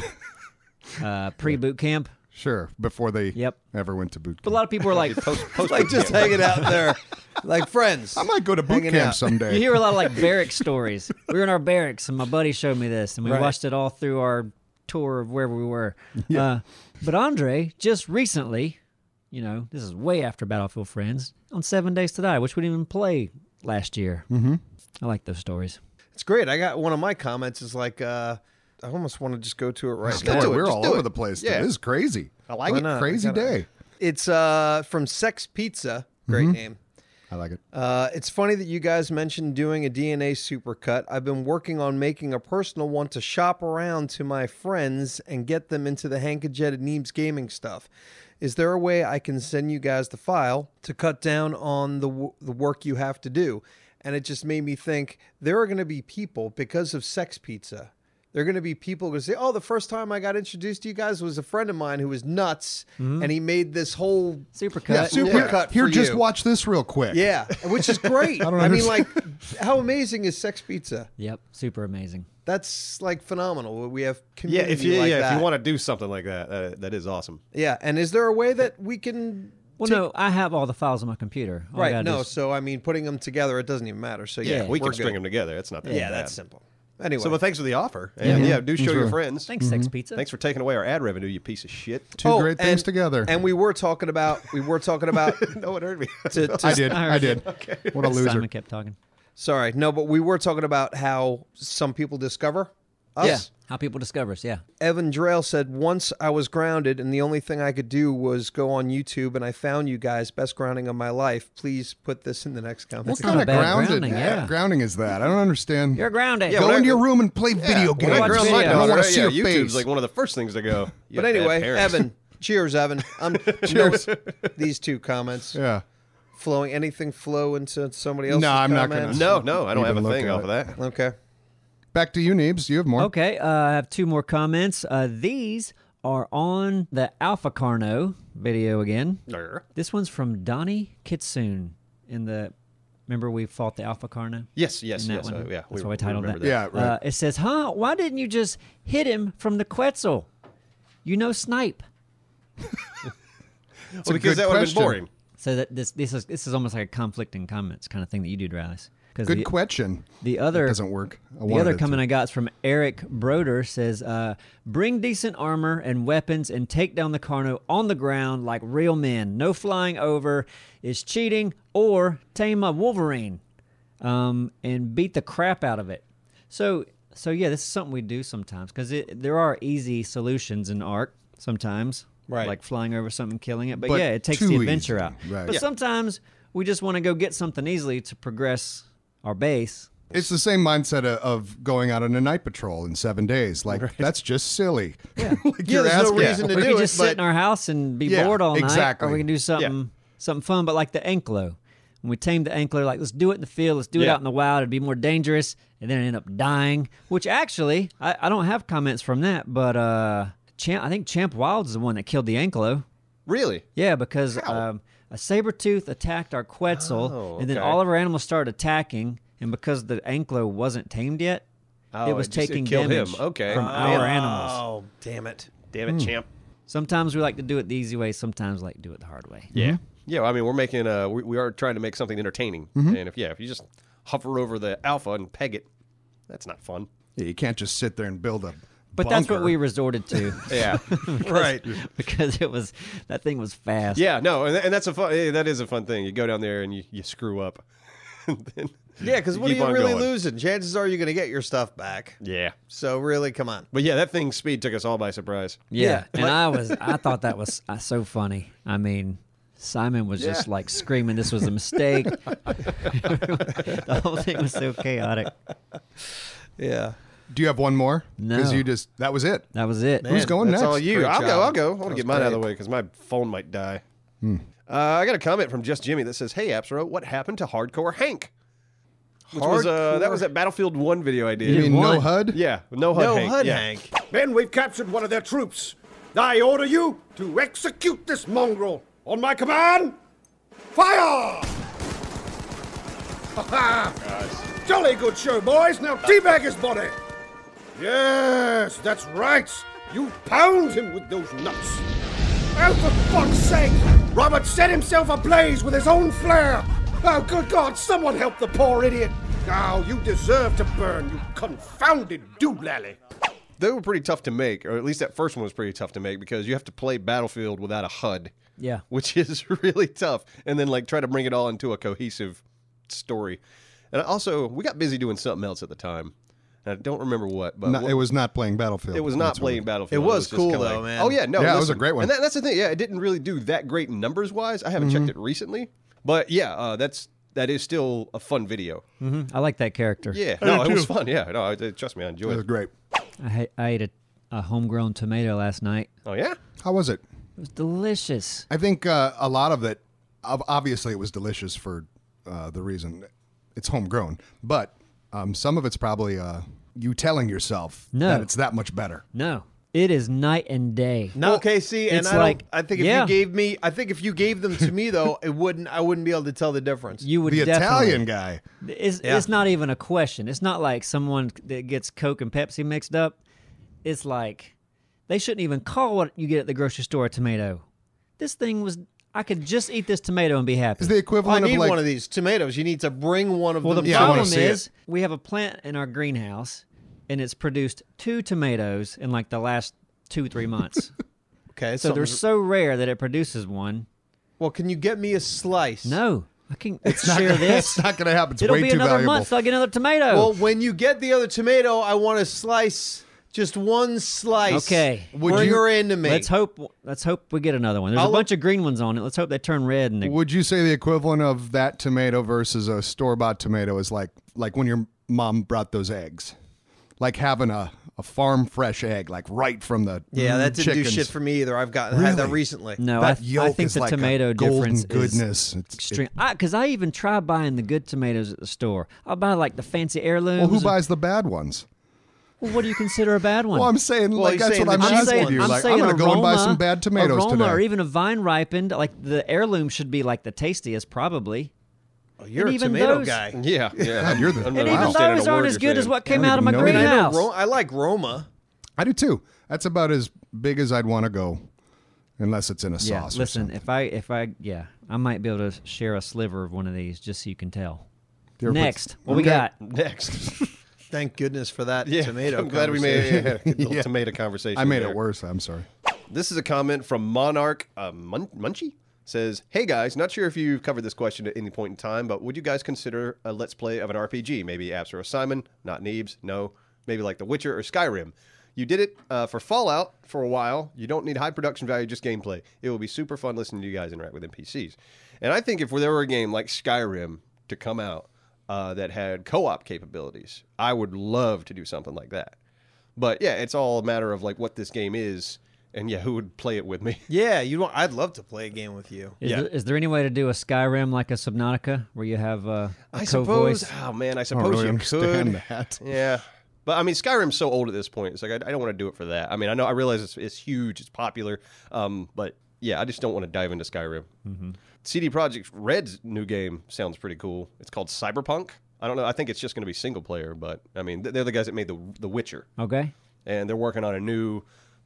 Speaker 1: uh, pre boot camp,
Speaker 3: Sure, before they
Speaker 1: Yep.
Speaker 3: ever went to boot
Speaker 1: but a
Speaker 3: camp.
Speaker 1: lot of people are like,
Speaker 4: Post
Speaker 2: Like just hanging out there, like friends.
Speaker 3: I might go to boot
Speaker 2: Hanging
Speaker 3: camp
Speaker 2: out.
Speaker 1: you
Speaker 3: someday.
Speaker 1: hear a lot of like barracks stories. We were in our barracks, and my buddy showed me this, and we
Speaker 2: Right.
Speaker 1: watched it all through our tour of wherever we were. Uh, but Andre just recently, you know, this is way after Battlefield Friends on Seven Days to Die, which we didn't even play last year. Mm-hmm. I like those stories.
Speaker 2: It's great. I got one of my comments is like, uh, I almost want to just go to it right now.
Speaker 3: Boy,
Speaker 4: do it,
Speaker 3: we're
Speaker 4: just
Speaker 3: all
Speaker 4: do
Speaker 3: over
Speaker 4: it.
Speaker 3: the place.
Speaker 4: Yeah.
Speaker 3: It is crazy. I
Speaker 2: like it. not?
Speaker 3: Crazy
Speaker 2: I gotta-
Speaker 3: day.
Speaker 2: It's uh, from Sex Pizza. Great name.
Speaker 3: I like it.
Speaker 2: Uh, it's funny that you guys mentioned doing a DNA supercut. I've been working on making a personal one to shop around to my friends and get them into the Hank and Jed and Neebs gaming stuff. Is there a way I can send you guys the file to cut down on the w- the work you have to do? And it just made me think there are going to be people because of Sex Pizza. There are going to be people who say, "Oh, the first time I got introduced to you guys was a friend of mine who was nuts, and he made this whole
Speaker 1: Supercut.
Speaker 2: Yeah,
Speaker 3: Here,
Speaker 2: supercut for
Speaker 3: here, just
Speaker 2: you."
Speaker 3: watch this real quick.
Speaker 2: Yeah, which is great. I,
Speaker 3: don't
Speaker 2: mean, like,
Speaker 3: understand.
Speaker 2: how amazing is Sex Pizza?
Speaker 1: Yep, super amazing.
Speaker 2: That's like phenomenal. We have
Speaker 4: Yeah,
Speaker 2: community
Speaker 4: if you,
Speaker 2: like
Speaker 4: yeah,
Speaker 2: that.
Speaker 4: if you want to do something like that, that, that is awesome.
Speaker 2: yeah, and is there a way that we can?
Speaker 1: Well, no, I have all the files on my computer.
Speaker 4: Oh
Speaker 1: All I
Speaker 2: right,
Speaker 1: gotta do
Speaker 2: no.
Speaker 1: is-
Speaker 2: So I mean, putting them together, it doesn't even matter. So yeah,
Speaker 4: Yeah, we
Speaker 2: we're
Speaker 4: can string
Speaker 2: good.
Speaker 4: them together. It's not that
Speaker 2: Yeah,
Speaker 4: bad.
Speaker 2: that's simple. Anyway,
Speaker 4: So, but thanks for the offer. And yeah, do show your friends.
Speaker 1: thanks, Sex Pizza.
Speaker 4: Thanks for taking away our ad revenue, you piece of shit.
Speaker 3: Two great things
Speaker 2: Oh, and-
Speaker 3: together.
Speaker 2: And we were talking about we were talking about
Speaker 4: No one heard me.
Speaker 2: to, to
Speaker 3: I did. I did. What a
Speaker 1: Simon
Speaker 3: loser.
Speaker 1: kept talking.
Speaker 2: sorry no, but we were talking about how some people discover us.
Speaker 1: How people discover us, yeah.
Speaker 2: Evan Drail said, Once I was grounded, and the only thing I could do was go on YouTube, and I found you guys. Best grounding of my life. Please put this in the next comment.
Speaker 3: What kind
Speaker 1: not
Speaker 3: of
Speaker 1: bad
Speaker 3: grounded
Speaker 1: grounding, yeah.
Speaker 3: grounding is that? I don't understand.
Speaker 1: You're grounded.
Speaker 4: Yeah,
Speaker 3: Go
Speaker 4: when I-
Speaker 3: into your room and play video
Speaker 4: When
Speaker 3: games.
Speaker 4: I
Speaker 1: Watch
Speaker 4: ground my
Speaker 1: video.
Speaker 4: daughter,
Speaker 3: I want
Speaker 4: yeah,
Speaker 3: to see your
Speaker 4: YouTube's
Speaker 3: face.
Speaker 4: like one of the first things to go. "You
Speaker 2: But
Speaker 4: bad
Speaker 2: anyway,
Speaker 4: parents."
Speaker 2: Evan, cheers, Evan. I'm cheers. these two comments
Speaker 3: yeah.
Speaker 2: flowing. Anything flow into somebody else's
Speaker 3: No, I'm not gonna-
Speaker 2: comments?
Speaker 4: No, no, I don't have
Speaker 3: Even
Speaker 4: a
Speaker 3: look
Speaker 4: thing
Speaker 3: at
Speaker 4: off
Speaker 3: it.
Speaker 4: of that.
Speaker 2: Okay.
Speaker 3: Back to you, Neebs. You have more.
Speaker 1: Okay, uh, I have two more comments. Uh, these are on the Alpha Carno video again. This one's from Donnie Kitsune in the. Remember we fought the Alpha Carno?
Speaker 4: Yes, yes,
Speaker 1: In that
Speaker 4: yes.
Speaker 1: one?
Speaker 4: uh, yeah,
Speaker 1: That's why I titled
Speaker 4: remember
Speaker 1: that.
Speaker 3: that. Yeah, right.
Speaker 1: Uh, it says, huh? Why didn't you just hit him from the Quetzal? You know, snipe.
Speaker 4: Well, because
Speaker 3: good
Speaker 4: that would have been
Speaker 3: question.
Speaker 4: boring.
Speaker 1: So that this this is this is almost like a conflicting comments kind of thing that you do, Dralis. Because
Speaker 3: Good
Speaker 1: the,
Speaker 3: question.
Speaker 1: the other
Speaker 3: doesn't work. I
Speaker 1: the
Speaker 3: wanted
Speaker 1: other
Speaker 3: it
Speaker 1: comment I got is from Eric Broder says, uh, "Bring decent armor and weapons and take down the Carno on the ground like real men. No flying over. It's cheating. Or tame a Wolverine, um, and beat the crap out of it." So, so yeah, this is something we do sometimes because there are easy solutions in Ark sometimes,
Speaker 2: Right.
Speaker 1: Like flying over something, killing it. But,
Speaker 3: But
Speaker 1: yeah, it takes
Speaker 3: too
Speaker 1: the adventure
Speaker 3: easy.
Speaker 1: out.
Speaker 3: Right.
Speaker 1: But
Speaker 3: Yeah.
Speaker 1: sometimes we just want to go get something easily to progress our base.
Speaker 3: It's the same mindset of, of going out on a night patrol in seven days. Like that's just silly. Yeah, like
Speaker 2: Yeah,
Speaker 3: you're
Speaker 2: there's no
Speaker 3: asking-
Speaker 2: reason to
Speaker 1: we
Speaker 2: do
Speaker 1: can
Speaker 2: it,
Speaker 1: just
Speaker 2: but-
Speaker 1: sit in our house and be
Speaker 3: Yeah,
Speaker 1: bored all night,
Speaker 3: exactly.
Speaker 1: or we can do something something fun. But like the Anklo, when we tamed the Anklo, like let's do it in the field, let's do it
Speaker 4: Yeah.
Speaker 1: out in the wild. It'd be more dangerous, and then it end up dying. Which actually, I, I don't have comments from that, but uh, Champ, I think Champ Wilds is the one that killed the Anklo.
Speaker 4: Really?
Speaker 1: Yeah, because um, a saber tooth attacked our Quetzal,
Speaker 4: Oh,
Speaker 1: and then
Speaker 4: okay.
Speaker 1: all of our animals started attacking. And because the Anklo wasn't tamed yet,
Speaker 4: Oh,
Speaker 1: it was
Speaker 4: just-
Speaker 1: taking
Speaker 4: killed
Speaker 1: damage
Speaker 4: him. Okay.
Speaker 1: from our animals. Hmm.
Speaker 2: Oh, damn it.
Speaker 4: Damn it, champ.
Speaker 1: Sometimes we like to do it the easy way. Sometimes like do it the hard way.
Speaker 4: Yeah. Yeah. well, I mean, we're making. Uh, we, we are trying to make something entertaining. And if yeah, if you just hover over the alpha and peg it, that's not fun.
Speaker 3: Yeah, you can't just sit there and build a.
Speaker 1: But that's what
Speaker 3: bunker.
Speaker 1: we resorted to
Speaker 4: Yeah.
Speaker 2: Right.
Speaker 1: because it was that thing was fast.
Speaker 4: yeah. No. And, and that's a fun. eh, That is a fun thing. You go down there and you, you screw up. And then
Speaker 2: Yeah, because what are
Speaker 4: keep
Speaker 2: you
Speaker 4: on
Speaker 2: really
Speaker 4: going.
Speaker 2: losing? Chances are you're going to get your stuff back.
Speaker 4: Yeah.
Speaker 2: So really, come on.
Speaker 4: But yeah, that thing's speed took us all by surprise.
Speaker 1: Yeah.
Speaker 2: Yeah.
Speaker 1: And I was I thought that was uh, so funny. I mean, Simon was just like screaming this was a mistake. the whole thing was so chaotic.
Speaker 2: Yeah.
Speaker 3: Do you have one more?
Speaker 1: No.
Speaker 3: Because you just that was it.
Speaker 1: That was it.
Speaker 3: Who's going
Speaker 2: that's
Speaker 3: next?
Speaker 2: all you.
Speaker 4: You,
Speaker 2: Great
Speaker 4: I'll go.
Speaker 2: job.
Speaker 4: I'll go. I want
Speaker 2: That
Speaker 4: to get
Speaker 2: was
Speaker 4: mine out of the
Speaker 2: great. Hmm.
Speaker 4: way because my phone might die. Uh, I got a comment from Just Jimmy that says, "Hey, Absro, what happened to Hardcore Hank?" Which was uh, that was that Battlefield One video I did.
Speaker 3: You mean no
Speaker 1: One.
Speaker 3: HUD?
Speaker 4: Yeah, no HUD
Speaker 2: No
Speaker 4: Hank.
Speaker 2: HUD
Speaker 4: yeah.
Speaker 2: Hank.
Speaker 5: Men, we've captured one of their troops. I order you to execute this mongrel. On my command, fire! Jolly good show, boys. Now teabag his body. Yes, that's right. You pound him with those nuts. Oh, for fuck's sake! Robert set himself ablaze with his own flare. Oh, good God, someone help the poor idiot. Now, you deserve to burn, you confounded doodlally.
Speaker 4: They were pretty tough to make, or at least that first one was pretty tough to make because you have to play Battlefield without a HUD.
Speaker 1: Yeah.
Speaker 4: which is really tough, and then like try to bring it all into a cohesive story. And also, we got busy doing something else at the time. And I don't remember what, but
Speaker 3: No,
Speaker 4: one-
Speaker 3: it was not playing Battlefield.
Speaker 4: It was not
Speaker 3: That's what
Speaker 4: playing Battlefield.
Speaker 2: It was
Speaker 4: just
Speaker 2: cool,
Speaker 4: kinda
Speaker 2: though, man.
Speaker 4: Oh yeah, no,
Speaker 3: Yeah, it was
Speaker 4: listen,
Speaker 3: a great one.
Speaker 4: And that, that's the thing. Yeah, it didn't really do that great numbers wise. I haven't
Speaker 3: Mm-hmm.
Speaker 4: checked it recently, but yeah, uh, that's that is still a fun video.
Speaker 3: Mm-hmm.
Speaker 1: Mhm. I like that character.
Speaker 4: Yeah, no, it was fun. Yeah, no, I, I- trust me, I
Speaker 3: It
Speaker 4: enjoyed
Speaker 3: was
Speaker 4: it.
Speaker 3: great.
Speaker 1: I, ha- I ate a, a homegrown tomato last night.
Speaker 4: Oh yeah,
Speaker 3: How was it?
Speaker 1: It was delicious.
Speaker 3: I think uh, a lot of it, ob- obviously, it was delicious for uh, the reason it's homegrown, but um, some of it's probably uh, you telling yourself
Speaker 1: No.
Speaker 3: that it's that much better.
Speaker 1: No, it is night and day.
Speaker 2: No, okay. See, and
Speaker 1: it's
Speaker 2: I, don't-
Speaker 1: like-
Speaker 2: I think if
Speaker 1: yeah.
Speaker 2: you gave me, I think if you gave them to me though, it wouldn't. I wouldn't be able to tell the difference.
Speaker 1: You would
Speaker 3: The
Speaker 1: definitely
Speaker 3: Italian guy.
Speaker 1: It's, it's not even a question. It's not like someone that gets Coke and Pepsi mixed up. It's like they shouldn't even call what you get at the grocery store a tomato. This thing was, I could just eat this tomato and be happy.
Speaker 3: Is the
Speaker 2: Well, I
Speaker 3: equivalent
Speaker 2: need
Speaker 3: of like
Speaker 2: one of these tomatoes. You need to bring one of
Speaker 1: well, the
Speaker 2: them.
Speaker 3: Yeah, I wanna
Speaker 1: problem
Speaker 3: see it.
Speaker 1: is we have a plant in our greenhouse and it's produced two tomatoes in like the last two, three months.
Speaker 2: okay,
Speaker 1: so they're
Speaker 2: something's-
Speaker 1: so rare that it produces one.
Speaker 2: Well, can you get me a slice?
Speaker 1: No, I can't share this.
Speaker 3: It's not going to happen. It's
Speaker 1: It'll
Speaker 3: way
Speaker 1: be
Speaker 3: too
Speaker 1: another
Speaker 3: valuable.
Speaker 1: month till I get another tomato.
Speaker 2: Well, when you get the other tomato, I want a slice, just one slice.
Speaker 1: Okay.
Speaker 3: Would
Speaker 2: bring
Speaker 3: you-
Speaker 2: her in to me.
Speaker 1: Let's hope. Let's hope we get another one. There's
Speaker 2: I'll-
Speaker 1: a bunch of green ones on it. Let's hope they turn red. And they-
Speaker 3: Would you say the equivalent of that tomato versus a store bought tomato is like like when your mom brought those eggs, like having a, a farm fresh egg, like right from the
Speaker 2: yeah, that didn't
Speaker 3: chickens.
Speaker 2: do shit for me either. I've gotten had that
Speaker 3: Really?
Speaker 2: recently.
Speaker 1: no, I,
Speaker 3: That
Speaker 1: th-
Speaker 3: yolk
Speaker 1: I think
Speaker 3: is
Speaker 1: the
Speaker 3: like
Speaker 1: tomato
Speaker 3: a golden
Speaker 1: difference is
Speaker 3: goodness. It's-
Speaker 1: extreme. Because I, even try buying the good tomatoes at the store. I'll buy like the fancy heirlooms.
Speaker 3: Well, who
Speaker 1: and-
Speaker 3: buys the bad ones?
Speaker 1: Well, what do you consider a bad one?
Speaker 3: Well, I'm saying like
Speaker 2: you're
Speaker 3: that's
Speaker 2: saying
Speaker 3: what I'm
Speaker 2: the cheap
Speaker 3: asking
Speaker 2: ones.
Speaker 3: you.
Speaker 1: I'm
Speaker 3: like
Speaker 1: saying
Speaker 3: gonna go and buy
Speaker 1: aroma-
Speaker 3: some bad tomatoes
Speaker 1: aroma e-
Speaker 3: today.
Speaker 1: or even a vine ripened. Like the heirloom should be like the tastiest, probably.
Speaker 2: Oh, you're
Speaker 1: And
Speaker 2: a
Speaker 1: even
Speaker 2: tomato
Speaker 1: those-
Speaker 2: guy.
Speaker 4: yeah, yeah.
Speaker 3: you're the-
Speaker 1: And
Speaker 3: And
Speaker 4: I'm not
Speaker 3: even
Speaker 1: even
Speaker 4: understanding a
Speaker 1: those
Speaker 4: word
Speaker 1: aren't as
Speaker 4: you're
Speaker 1: good as
Speaker 4: saying.
Speaker 1: what came
Speaker 3: don't
Speaker 1: out of
Speaker 3: even
Speaker 1: my
Speaker 3: know that.
Speaker 2: I, know
Speaker 1: greenhouse.
Speaker 2: Ro- I like Roma.
Speaker 3: I do too. That's about as big as I'd want to go, unless it's in a
Speaker 1: Yeah,
Speaker 3: sauce. or
Speaker 1: listen,
Speaker 3: something.
Speaker 1: if I if I yeah, I might be able to share a sliver of one of these just so you can tell.
Speaker 3: Your
Speaker 1: Next, what we got?
Speaker 4: Next.
Speaker 2: Thank goodness for that
Speaker 4: Yeah,
Speaker 2: tomato.
Speaker 4: I'm glad we made
Speaker 2: conversation.
Speaker 4: yeah, yeah,
Speaker 3: Yeah.
Speaker 4: yeah. tomato conversation.
Speaker 3: I made
Speaker 4: there.
Speaker 3: it worse. I'm sorry.
Speaker 4: This is a comment from Monarch uh, Mun- Munchie. Says, hey guys, not sure if you've covered this question at any point in time, but would you guys consider a let's play of an RPG? Maybe Absor or Simon, not Neebs, no. Maybe like The Witcher or Skyrim. You did it uh, for Fallout for a while. You don't need high production value, just gameplay. It will be super fun listening to you guys interact with NPCs. And I think if there were a game like Skyrim to come out uh, that had co op capabilities, I would love to do something like that. But yeah, it's all a matter of like what this game is, and yeah, who would play it with me?
Speaker 2: yeah, you want? I'd love to play a game with you.
Speaker 1: Is,
Speaker 4: Yeah.
Speaker 1: there, is there any way to do a Skyrim like a Subnautica where you have uh, a
Speaker 4: I
Speaker 1: co-voice?
Speaker 4: suppose. Oh man, I
Speaker 3: I
Speaker 4: suppose
Speaker 3: don't really
Speaker 4: you
Speaker 3: understand
Speaker 4: could.
Speaker 3: that.
Speaker 4: Yeah, but I mean, Skyrim's so old at this point. It's like I, I don't want to do it for that. I mean, I know I realize it's, it's huge, it's popular, um, but yeah, I just don't want to dive into Skyrim.
Speaker 3: Mm-hmm.
Speaker 4: CD Projekt Red's new game sounds pretty cool. It's called Cyberpunk. I don't know. I think it's just going to be single player, but I mean, th- they're the guys that made the The Witcher.
Speaker 1: Okay.
Speaker 4: and they're working on a new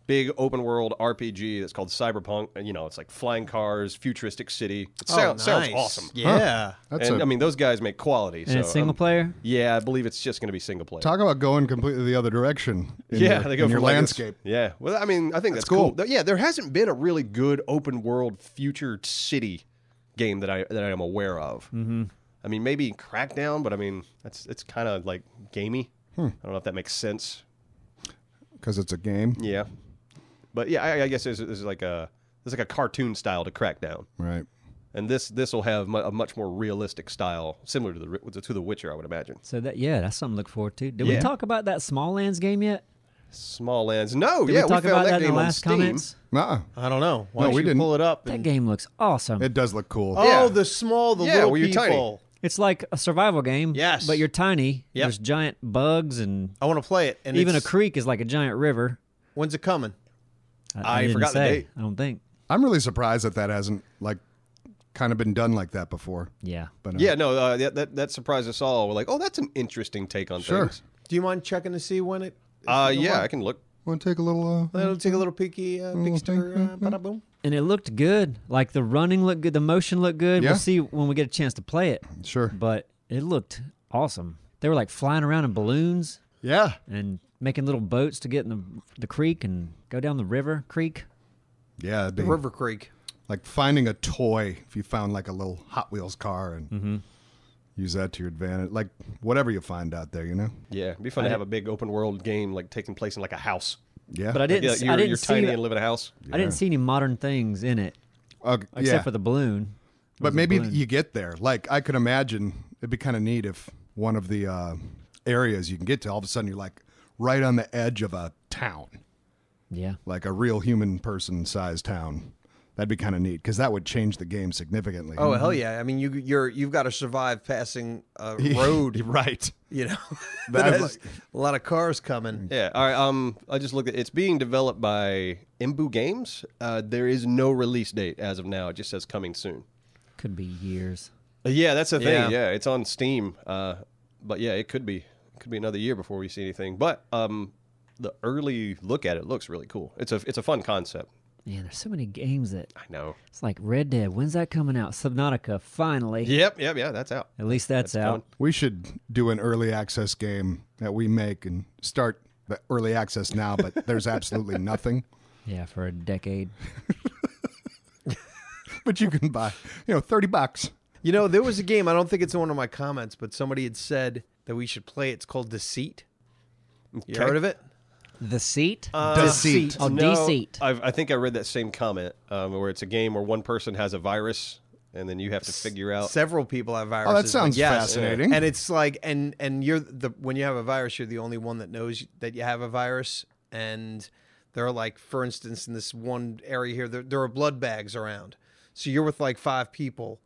Speaker 4: big open world RPG that's called Cyberpunk. And you know, it's like flying cars, futuristic city. It sounds sounds
Speaker 2: Oh, nice.
Speaker 4: awesome.
Speaker 2: Yeah.
Speaker 3: That's
Speaker 4: and
Speaker 3: a-
Speaker 4: I mean, those guys make quality.
Speaker 1: And
Speaker 4: so
Speaker 1: it's single
Speaker 4: um,
Speaker 1: player?
Speaker 4: Yeah, I believe it's just going to be single player.
Speaker 3: Talk about going completely the other direction. in
Speaker 4: yeah,
Speaker 3: your,
Speaker 4: they go
Speaker 3: in
Speaker 4: from
Speaker 3: your
Speaker 4: like this-
Speaker 3: landscape.
Speaker 4: yeah, well, I mean, I think that's,
Speaker 3: cool.
Speaker 4: cool. Th- Yeah, there hasn't been a really good open world future city game that I that I am aware of. Mm-hmm. I mean, maybe Crackdown, but I mean, that's it's kind of like gamey.
Speaker 3: Hmm.
Speaker 4: I don't know if that makes sense.
Speaker 3: because it's a game,
Speaker 4: Yeah, but yeah, I, I guess there's, there's like a there's like a cartoon style to Crackdown,
Speaker 3: right?
Speaker 4: and this this will have mu- a much more realistic style, similar to the ri- to the Witcher, I would imagine.
Speaker 1: So that yeah, that's something to look forward to. Did we
Speaker 4: Yeah.
Speaker 1: talk about that Small Lands game yet?
Speaker 4: Small lands. No,
Speaker 1: Did
Speaker 4: yeah,
Speaker 1: we talk
Speaker 4: found
Speaker 1: about
Speaker 4: that,
Speaker 1: that, in
Speaker 4: game
Speaker 1: the
Speaker 4: on
Speaker 1: last
Speaker 4: Steam. Mm-hmm.
Speaker 1: comments?
Speaker 3: Uh-uh.
Speaker 2: I don't know. Why
Speaker 3: No,
Speaker 2: don't
Speaker 3: we
Speaker 2: you
Speaker 3: didn't.
Speaker 2: pull it up?
Speaker 1: That
Speaker 2: And...
Speaker 1: game looks awesome.
Speaker 3: It does look cool.
Speaker 2: Oh,
Speaker 4: Yeah.
Speaker 2: the small, the
Speaker 4: Yeah,
Speaker 2: little
Speaker 4: where you're
Speaker 2: people.
Speaker 4: tiny.
Speaker 1: it's like a survival game.
Speaker 2: Yes.
Speaker 1: But you're tiny.
Speaker 2: Yep.
Speaker 1: There's giant bugs and,
Speaker 2: I want to play it. And
Speaker 1: even
Speaker 2: it's-
Speaker 1: a creek is like a giant river.
Speaker 2: When's it coming?
Speaker 1: I,
Speaker 4: I
Speaker 1: didn't
Speaker 4: forgot the
Speaker 1: say.
Speaker 4: date.
Speaker 1: I don't think.
Speaker 3: I'm really surprised that that hasn't like kind of been done like that before.
Speaker 1: Yeah.
Speaker 3: But uh,
Speaker 4: Yeah, no, uh, that, that that surprised us all. We're like, oh, that's an interesting take on
Speaker 3: Sure.
Speaker 4: things.
Speaker 2: Do you mind checking to see when it?
Speaker 4: Uh, yeah, I can look.
Speaker 3: want to take a little. Uh,
Speaker 2: It'll take a little peeky, uh, peekster, uh,
Speaker 1: Mm-hmm.
Speaker 2: bada boom.
Speaker 1: And it looked good. Like the running looked good. The motion looked good.
Speaker 3: Yeah.
Speaker 1: We'll see when we get a chance to play it.
Speaker 3: sure.
Speaker 1: But it looked awesome. They were like flying around in balloons
Speaker 3: Yeah.
Speaker 1: and making little boats to get in the, the creek and go down the river creek.
Speaker 3: Yeah. That'd be
Speaker 2: River Creek.
Speaker 3: like finding a toy. If you found like a little Hot Wheels car and
Speaker 1: Mm-hmm.
Speaker 3: use that to your advantage, like whatever you find out there, you know.
Speaker 4: Yeah, it'd be fun to have a big open world game like taking place in like a house.
Speaker 3: Yeah.
Speaker 1: But I didn't.
Speaker 4: Yeah,
Speaker 1: s-
Speaker 4: you're,
Speaker 1: I didn't
Speaker 4: you're
Speaker 1: see
Speaker 4: uh, tiny
Speaker 1: that-
Speaker 4: and live in a house.
Speaker 1: I didn't see any modern things in it
Speaker 3: Uh,
Speaker 1: except
Speaker 3: yeah.
Speaker 1: for the balloon. It was
Speaker 3: But
Speaker 1: a
Speaker 3: maybe
Speaker 1: balloon.
Speaker 3: you get there. Like I could imagine it'd be kind of neat if one of the uh, areas you can get to, all of a sudden you're like right on the edge of a town,
Speaker 1: yeah.
Speaker 3: like a real human person sized town. That'd be kind of neat because that would change the game significantly.
Speaker 2: Oh hell yeah! I mean, you you're you've got to survive passing a road.
Speaker 3: right.
Speaker 2: you know, that
Speaker 3: That's
Speaker 2: has a lot of cars coming.
Speaker 4: Yeah. All right. Um, I just looked at it's being developed by Embu Games. Uh, there is no release date as of now. It just says coming soon.
Speaker 1: Could be years.
Speaker 4: Uh, Yeah, that's the thing.
Speaker 2: Yeah.
Speaker 4: Yeah, it's on Steam. Uh, but yeah, it could be it could be another year before we see anything. But um, the early look at it looks really cool. It's a it's a fun concept.
Speaker 1: Man, there's so many games that
Speaker 4: I know.
Speaker 1: it's like Red Dead. When's that coming out? Subnautica, finally.
Speaker 4: Yep. Yep. Yeah. That's out.
Speaker 1: At least that's, out.
Speaker 3: We should do an early access game that we make and start the early access now, but there's absolutely nothing.
Speaker 1: Yeah, for a decade.
Speaker 3: But you can buy, you know, 30 bucks.
Speaker 2: You know, there was a game. I don't think it's in one of my comments, but somebody had said that we should play. it. It's called Deceit. You
Speaker 4: Okay.
Speaker 2: heard of it?
Speaker 1: The seat?
Speaker 3: Uh,
Speaker 4: Uh,
Speaker 3: Deceit.
Speaker 1: oh, Deceit.
Speaker 4: I've, I think I read that same comment um, where it's a game where one person has a virus and then you have to figure out.
Speaker 2: Several people have viruses.
Speaker 3: Oh, that
Speaker 2: but
Speaker 3: sounds
Speaker 2: yes.
Speaker 3: fascinating.
Speaker 2: And it's like, and and you're the when you have a virus, you're the only one that knows that you have a virus. And there are like, for instance, in this one area here, there, there are blood bags around. So you're with like five people.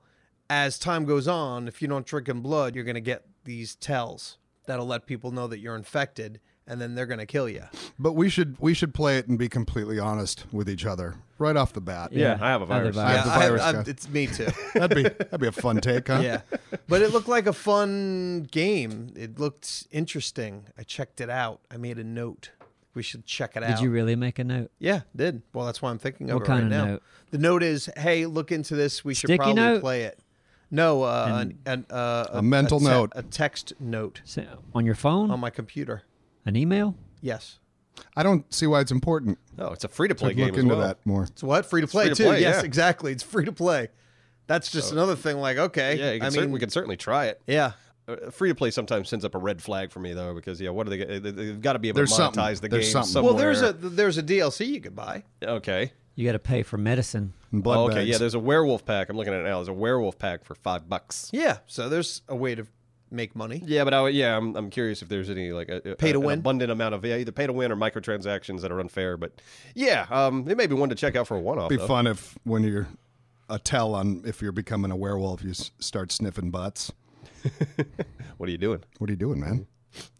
Speaker 2: As time goes on, if you don't drink in blood, you're gonna get these tells that'll let people know that you're infected, and then they're gonna kill you.
Speaker 3: But we should we should play it and be completely honest with each other right off the bat.
Speaker 4: Yeah, I have a
Speaker 1: Other
Speaker 4: virus.
Speaker 1: virus.
Speaker 3: have the
Speaker 2: I-
Speaker 3: virus,
Speaker 2: I-
Speaker 3: guy.
Speaker 2: it's me too.
Speaker 3: That'd be that'd be a fun take, huh?
Speaker 2: yeah but it looked like a fun game it looked interesting i checked it out i made a note we should check it out
Speaker 1: Did you really make a note?
Speaker 2: yeah did well that's why i'm thinking of
Speaker 1: What
Speaker 2: it
Speaker 1: kind
Speaker 2: right
Speaker 1: of
Speaker 2: now
Speaker 1: note?
Speaker 2: the note is hey look into this we should
Speaker 1: Sticky
Speaker 2: probably
Speaker 1: note?
Speaker 2: play it No, uh, an, an, uh,
Speaker 3: A mental
Speaker 2: te-
Speaker 3: note.
Speaker 2: a text note
Speaker 1: So, on your phone?
Speaker 3: Um,
Speaker 2: on my computer.
Speaker 1: an email?
Speaker 2: Yes,
Speaker 3: I don't see why it's important.
Speaker 4: Oh, it's a free to play
Speaker 3: I'd
Speaker 4: game.
Speaker 3: look
Speaker 4: as
Speaker 3: into
Speaker 4: well.
Speaker 3: that more.
Speaker 2: it's what free to
Speaker 4: free
Speaker 2: play
Speaker 4: to
Speaker 2: too.
Speaker 4: play,
Speaker 2: yes,
Speaker 4: yeah.
Speaker 2: exactly. It's free to play. That's just another thing. Like, okay,
Speaker 4: Yeah, you can
Speaker 2: I
Speaker 4: cer-
Speaker 2: mean,
Speaker 4: we can certainly try it.
Speaker 2: yeah,
Speaker 4: Uh, Free to play sometimes sends up a red flag for me though, because yeah, what are they? they- They've got to be able
Speaker 3: There's
Speaker 4: to monetize
Speaker 3: something.
Speaker 4: the
Speaker 3: There's
Speaker 4: game.
Speaker 3: something.
Speaker 4: Somewhere.
Speaker 2: Well, there's a there's a DLC you could buy.
Speaker 4: okay.
Speaker 1: You got to pay for medicine.
Speaker 3: And blood
Speaker 4: Oh, okay,
Speaker 3: bags.
Speaker 4: yeah. There's a werewolf pack. I'm looking at it now. There's a werewolf pack for five bucks.
Speaker 2: Yeah, so there's a way to make money.
Speaker 4: Yeah, but I, would- yeah, I'm, I'm curious if there's any like a, a-
Speaker 2: Pay to
Speaker 4: an
Speaker 2: win?
Speaker 4: abundant amount of yeah, either pay to win or microtransactions that are unfair. But yeah, um, it may be one to check out for a one off.
Speaker 3: It'd be fun if when you're a tell on if you're becoming a werewolf, you s- start sniffing butts.
Speaker 4: What are you doing?
Speaker 3: What are you doing, man?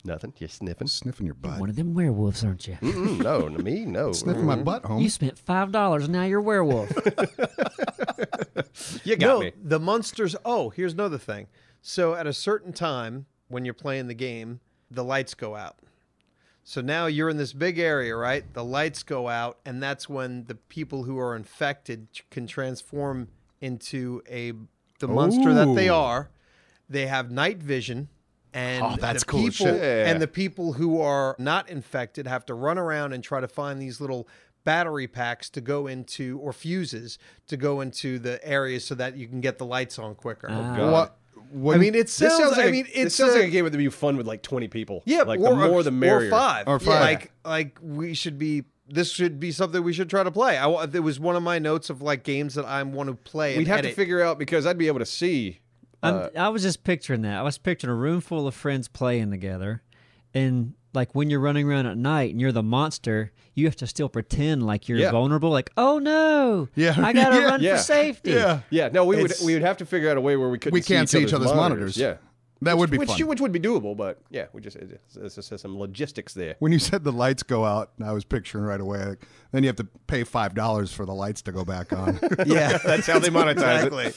Speaker 4: Nothing. You're sniffing.
Speaker 3: Sniffing your butt.
Speaker 1: One of them werewolves, aren't you?
Speaker 4: Mm, no, to me, no.
Speaker 3: Sniffing my butt, home.
Speaker 1: You spent five dollars, now you're a werewolf.
Speaker 3: Uh,
Speaker 4: You got
Speaker 2: no,
Speaker 4: me.
Speaker 2: the monsters. Oh, here's another thing. So at a certain time when you're playing the game, the lights go out. So now you're in this big area, right? The lights go out, and that's when the people who are infected ch- can transform into a the monster that they
Speaker 3: Ooh.
Speaker 2: are. They have night vision, and
Speaker 3: Oh, that's
Speaker 2: the
Speaker 3: cool as
Speaker 2: people
Speaker 3: shit.
Speaker 2: and the people who are not infected have to run around and try to find these little battery packs to go into or fuses to go into the areas so that you can get the lights on quicker.
Speaker 4: Oh
Speaker 3: What?
Speaker 2: I mean, it sounds. I
Speaker 4: like
Speaker 2: mean,
Speaker 4: a,
Speaker 2: it
Speaker 4: this sounds like a game that would be fun with like 20 people.
Speaker 2: yeah,
Speaker 4: like
Speaker 2: or,
Speaker 4: the more the merrier.
Speaker 2: Or five.
Speaker 3: Or five.
Speaker 2: Like like we should be. This should be something we should try to play. I wa- it was one of my notes of like games that I want to play. And
Speaker 4: We'd have to
Speaker 2: edit.
Speaker 4: figure out because I'd be able to see.
Speaker 1: I'm, I was just picturing that. I was picturing a room full of friends playing together, and like when you're running around at night and you're the monster, you have to still pretend like you're
Speaker 4: Yeah.
Speaker 1: vulnerable. Like, oh no,
Speaker 3: Yeah.
Speaker 1: I gotta
Speaker 3: Yeah.
Speaker 1: run
Speaker 4: Yeah.
Speaker 1: for safety.
Speaker 3: Yeah.
Speaker 4: Yeah, no, we would
Speaker 3: Uh, It's-
Speaker 4: we would have to figure out a way where we couldn't
Speaker 3: We can't see each other's monitors.
Speaker 4: Yeah.
Speaker 3: That would be
Speaker 4: which,
Speaker 3: fun.
Speaker 4: which would be doable, but yeah, we just it- it's just has some logistics there.
Speaker 3: when you said the lights go out, I was picturing right away. Like, then you have to pay five dollars for the lights to go back on.
Speaker 2: Yeah,
Speaker 4: That's how they monetize it.
Speaker 2: exactly.